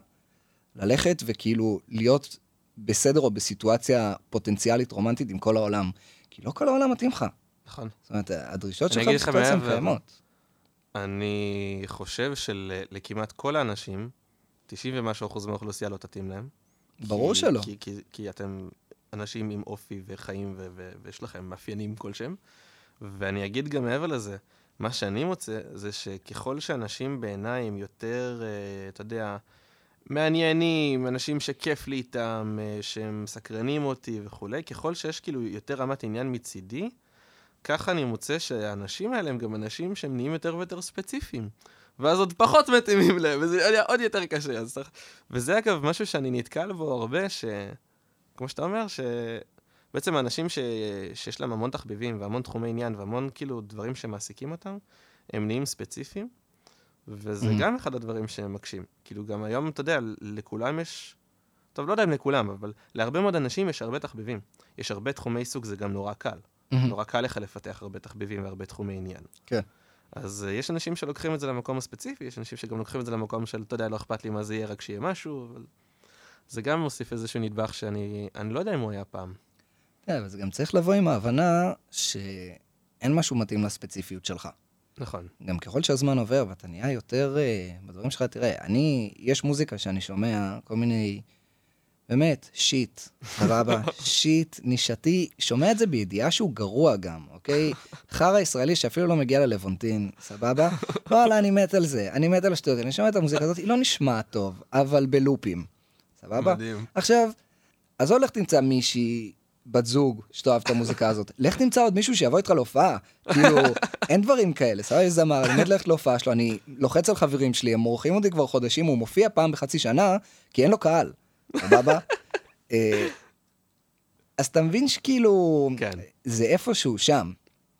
Speaker 2: ללכת וכאילו להיות בסדר או בסיטואציה פוטנציאלית רומנטית עם כל העולם. כי לא כל העולם מתאים לך.
Speaker 1: נכון.
Speaker 2: זאת אומרת, הדרישות
Speaker 1: אני
Speaker 2: שלך
Speaker 1: אגיד לך
Speaker 2: בסיטואציה הן
Speaker 1: מעבר.
Speaker 2: קיימות.
Speaker 1: אני חושב שלכמעט כל האנשים, 90 ומשהו אחוז מהאוכלוסייה לא תתאים להם.
Speaker 2: ברור
Speaker 1: כי-
Speaker 2: שלא.
Speaker 1: כי, כי, כי אתם אנשים עם אופי וחיים ו, ו, ויש לכם מאפיינים כלשהם. ואני אגיד גם מעבר לזה, מה שאני מוצא זה שככל שאנשים בעיניי הם יותר, אה, אתה יודע, מעניינים, אנשים שכיף לי איתם, אה, שהם סקרנים אותי וכולי, ככל שיש כאילו יותר רמת עניין מצידי, ככה אני מוצא שהאנשים האלה הם גם אנשים שהם נהיים יותר ויותר ספציפיים. ואז עוד פחות מתאימים להם, וזה עוד- עוד יותר קשה. אז צריך... וזה אגב משהו שאני נתקל בו הרבה, ש... כמו שאתה אומר, שבעצם האנשים ש... שיש להם המון תחביבים והמון תחומי עניין והמון כאילו דברים שמעסיקים אותם, הם נהיים ספציפיים, וזה
Speaker 2: Mhm.
Speaker 1: גם אחד הדברים שמקשים. כאילו גם היום, אתה יודע, לכולם יש... טוב, לא יודע אם לכולם, אבל להרבה מאוד אנשים יש הרבה תחביבים. יש הרבה תחומי עיסוק, זה גם נורא קל. <laughs> נורא קל לך לפתח הרבה תחביבים והרבה תחומי עניין.
Speaker 2: כן.
Speaker 1: אז אה, יש אנשים שלוקחים את זה למקום הספציפי, יש אנשים שגם לוקחים את זה למקום של, אתה יודע, לא אכפת לי מה זה יהיה, רק שיהיה משהו, אבל... זה גם מוסיף איזשהו נדבך שאני אני לא יודע אם הוא היה פעם.
Speaker 2: כן, אבל זה גם צריך לבוא עם ההבנה שאין משהו מתאים לספציפיות שלך.
Speaker 1: נכון.
Speaker 2: גם ככל שהזמן עובר ואתה נהיה יותר אה, בדברים שלך, תראה, אני, יש מוזיקה שאני שומע, כל מיני, באמת, שיט, סבבה, שיט נישתי, שומע את זה בידיעה שהוא גרוע גם, אוקיי? חרא ישראלי שאפילו לא מגיע ללוונטין, סבבה? וואלה, אני מת על זה, אני מת על השטויות, אני שומע את המוזיקה הזאת, היא לא נשמעת טוב, אבל בלופים, סבבה?
Speaker 1: מדהים.
Speaker 2: עכשיו, אז או לך תמצא מישהי, בת זוג, שתאהב את המוזיקה הזאת. לך תמצא עוד מישהו שיבוא איתך להופעה. כאילו, אין דברים כאלה. סבבה, יש זמר, אני מת ללכת להופעה שלו, אני לוחץ על חברים שלי, הם מורחים אותי כבר חודשים, הוא מופיע פעם בחצי שנה, כי אין לו קהל. סבבה? אה, אז אתה מבין שכאילו,
Speaker 1: כן.
Speaker 2: זה איפשהו שם.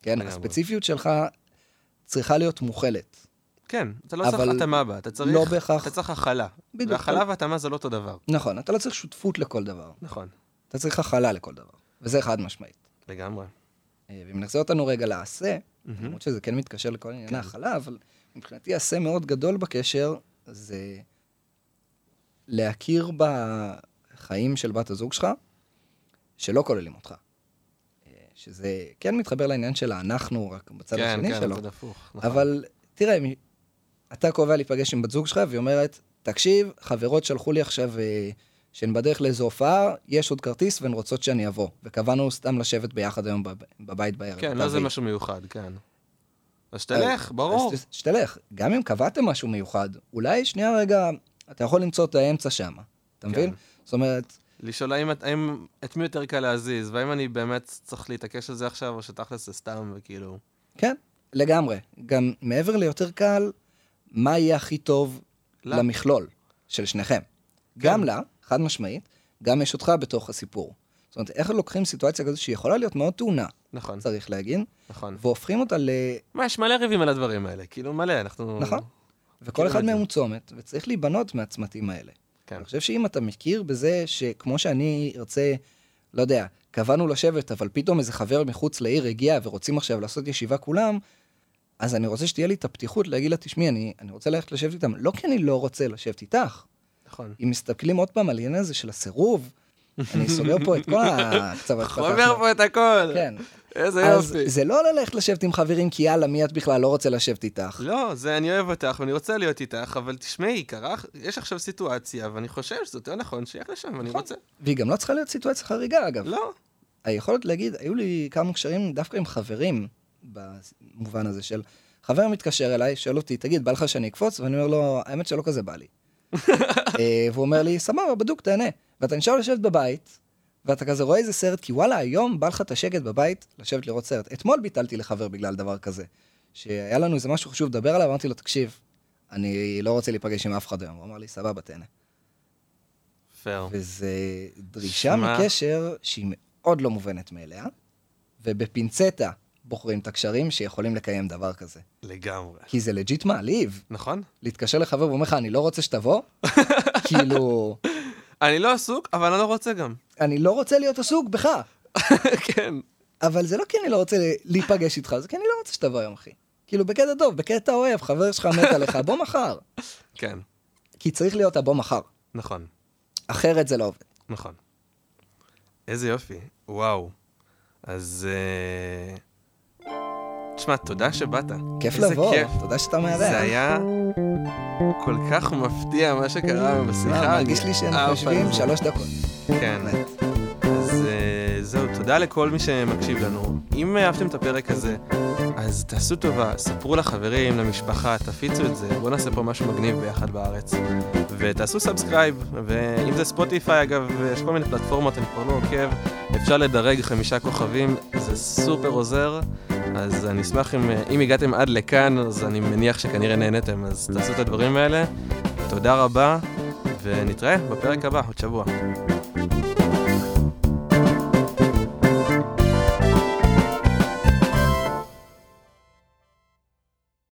Speaker 2: כן,
Speaker 1: לגמרי.
Speaker 2: הספציפיות שלך צריכה להיות מוכלת.
Speaker 1: כן, אתה לא
Speaker 2: אבל
Speaker 1: צריך התאמה בה, אתה צריך...
Speaker 2: לא בהכרח.
Speaker 1: אתה צריך הכלה.
Speaker 2: בדיוק.
Speaker 1: והכלה והתאמה זה לא אותו דבר.
Speaker 2: נכון, אתה לא צריך שותפות לכל דבר,
Speaker 1: נכון,
Speaker 2: אתה צריך הכלה לכל דבר. וזה חד משמעית.
Speaker 1: לגמרי.
Speaker 2: אה, ואם נחזיר אותנו רגע לעשה,
Speaker 1: מהמם.
Speaker 2: למרות שזה כן מתקשר לכל עניין ההכלה, אבל מבחינתי עשה מאוד גדול בקשר, זה להכיר בחיים של בת הזוג שלך, שלא כוללים אותך. אה, שזה כן מתחבר לעניין של האנחנו, רק בצד
Speaker 1: כן,
Speaker 2: השני
Speaker 1: כן,
Speaker 2: שלו.
Speaker 1: זה דפוך. נכון.
Speaker 2: אבל תראה, מ- אתה קובע להיפגש עם בת זוג שלך, והיא אומרת, תקשיב, חברות שלחו לי עכשיו אה, שהן בדרך לאיזו הופעה, יש עוד כרטיס והן רוצות שאני אבוא. וקבענו סתם לשבת ביחד היום בב- בבית בערב.
Speaker 1: כן,
Speaker 2: אתה
Speaker 1: לא זה
Speaker 2: והיא.
Speaker 1: משהו מיוחד, כן. אז
Speaker 2: אז-
Speaker 1: שתלך, ברור.
Speaker 2: אז ת- שתלך. גם אם קבעתם משהו מיוחד, אולי שנייה רגע, אתה יכול למצוא את האמצע שם. אתה
Speaker 1: כן.
Speaker 2: מבין? זאת אומרת,
Speaker 1: לשאול האם, את- האם את מי יותר קל להזיז, והאם אני באמת צריך להתעקש על זה עכשיו, או שתכלס זה סתם, וכאילו...
Speaker 2: כן, לגמרי. גם מעבר ליותר קל, מה יהיה הכי טוב
Speaker 1: לה.
Speaker 2: למכלול של שניכם. גם לה, חד משמעית, גם יש אותך בתוך הסיפור. זאת אומרת, איך לוקחים סיטואציה כזו שהיא יכולה להיות מאוד טעונה,
Speaker 1: נכון,
Speaker 2: צריך להגיד,
Speaker 1: נכון.
Speaker 2: והופכים אותה ל...
Speaker 1: מה, יש מלא ריבים על הדברים האלה, כאילו מלא, אנחנו...
Speaker 2: נכון. וכל
Speaker 1: מכירים
Speaker 2: אחד
Speaker 1: את זה.
Speaker 2: מהם הוא צומת, וצריך להיבנות מהצמתים האלה.
Speaker 1: כן,
Speaker 2: אני חושב שאם אתה מכיר בזה שכמו שאני ארצה, לא יודע, קבענו לשבת, אבל פתאום איזה חבר מחוץ לעיר הגיע ורוצים עכשיו לעשות ישיבה כולם, אז אני רוצה שתהיה לי את הפתיחות להגיד לה, תשמעי, אני, אני רוצה ללכת לשבת איתם. לא כי אני לא רוצה לשבת איתך.
Speaker 1: נכון.
Speaker 2: אם מסתכלים עוד פעם על העניין הזה של הסירוב, אני סוגר פה את כל הקצוות פתח.
Speaker 1: חומר פה את הכל.
Speaker 2: כן.
Speaker 1: איזה
Speaker 2: אז
Speaker 1: יופי.
Speaker 2: זה לא ללכת לשבת עם חברים, כי יאללה, מי את בכלל? לא רוצה לשבת איתך.
Speaker 1: לא, זה אני אוהב אותך ואני רוצה להיות איתך, אבל תשמעי, קרה, יש עכשיו סיטואציה, ואני חושב שזה יותר נכון שילך לשם, ואני רוצה.
Speaker 2: והיא גם לא צריכה להיות סיטואציה חריגה, אגב.
Speaker 1: לא.
Speaker 2: היכולת להגיד, היו לי כמה קשרים דווקא עם חברים, במובן הזה של, חבר מתקשר אליי, שואל אותי, תגיד, בא לך שאני אקפוץ? ואני אומר לו, האמת שלא כזה בא לי. אה, והוא אומר לי, סבבה, בדוק, תהנה. ואתה נשאר לשבת בבית, ואתה כזה רואה איזה סרט, כי וואלה, היום בא לך את השקט בבית לשבת לראות סרט. אתמול ביטלתי לחבר בגלל דבר כזה. שהיה לנו איזה משהו חשוב לדבר עליו, אמרתי לו, תקשיב, אני לא רוצה להיפגש עם אף אחד היום. הוא אמר לי, סבבה, תהנה.
Speaker 1: פייר.
Speaker 2: וזה דרישה
Speaker 1: שמע.
Speaker 2: מקשר שהיא מאוד לא מובנת מאליה, ובפינצטה בוחרים את הקשרים שיכולים לקיים דבר כזה.
Speaker 1: לגמרי.
Speaker 2: כי זה לג'יט מעליב,
Speaker 1: נכון?
Speaker 2: להתקשר לחבר ואומר לך, אני לא
Speaker 1: <laughs>
Speaker 2: רוצה שתבוא, כאילו,
Speaker 1: אני לא עסוק, אבל אני לא רוצה גם. <laughs>
Speaker 2: אני לא רוצה להיות עסוק בך,
Speaker 1: כן.
Speaker 2: אבל זה לא כי אני לא רוצה להיפגש איתך, זה כי אני לא רוצה שתבוא היום, אחי. כאילו, בקטע טוב, בקטע אוהב, חבר שלך מת עליך, בוא מחר.
Speaker 1: כן.
Speaker 2: כי צריך להיות הבוא מחר,
Speaker 1: נכון.
Speaker 2: אחרת זה לא עובד.
Speaker 1: נכון. איזה יופי. וואו. אז... אה, תשמע, תודה שבאת.
Speaker 2: כיף
Speaker 1: איזה
Speaker 2: לבוא,
Speaker 1: כיף.
Speaker 2: תודה שאתה מארח.
Speaker 1: זה היה כל כך מפתיע מה שקרה
Speaker 2: מה,
Speaker 1: בשיחה.
Speaker 2: מרגיש לי
Speaker 1: עף
Speaker 2: שאנחנו
Speaker 1: על
Speaker 2: יושבים
Speaker 1: זה.
Speaker 2: שלוש דקות.
Speaker 1: לא- כן.
Speaker 2: באמת.
Speaker 1: אז אה, זהו, תודה לכל מי שמקשיב לנו. אם אהבתם את הפרק הזה, אז תעשו טובה, ספרו לחברים, למשפחה, תפיצו את זה, בואו נעשה פה משהו מגניב ביחד בארץ. ותעשו סאבסקרייב, ואם זה ספוטיפיי, אגב, יש כל מיני פלטפורמות, אני כבר לא עוקב, אפשר לדרג חמישה כוכבים, זה סופר עוזר. אז אני אשמח אם, אה, אם הגעתם עד לכאן, אז אני מניח שכנראה נהניתם, אז תעשו את הדברים האלה. תודה רבה, ונתראה בפרק הבא, עוד שבוע.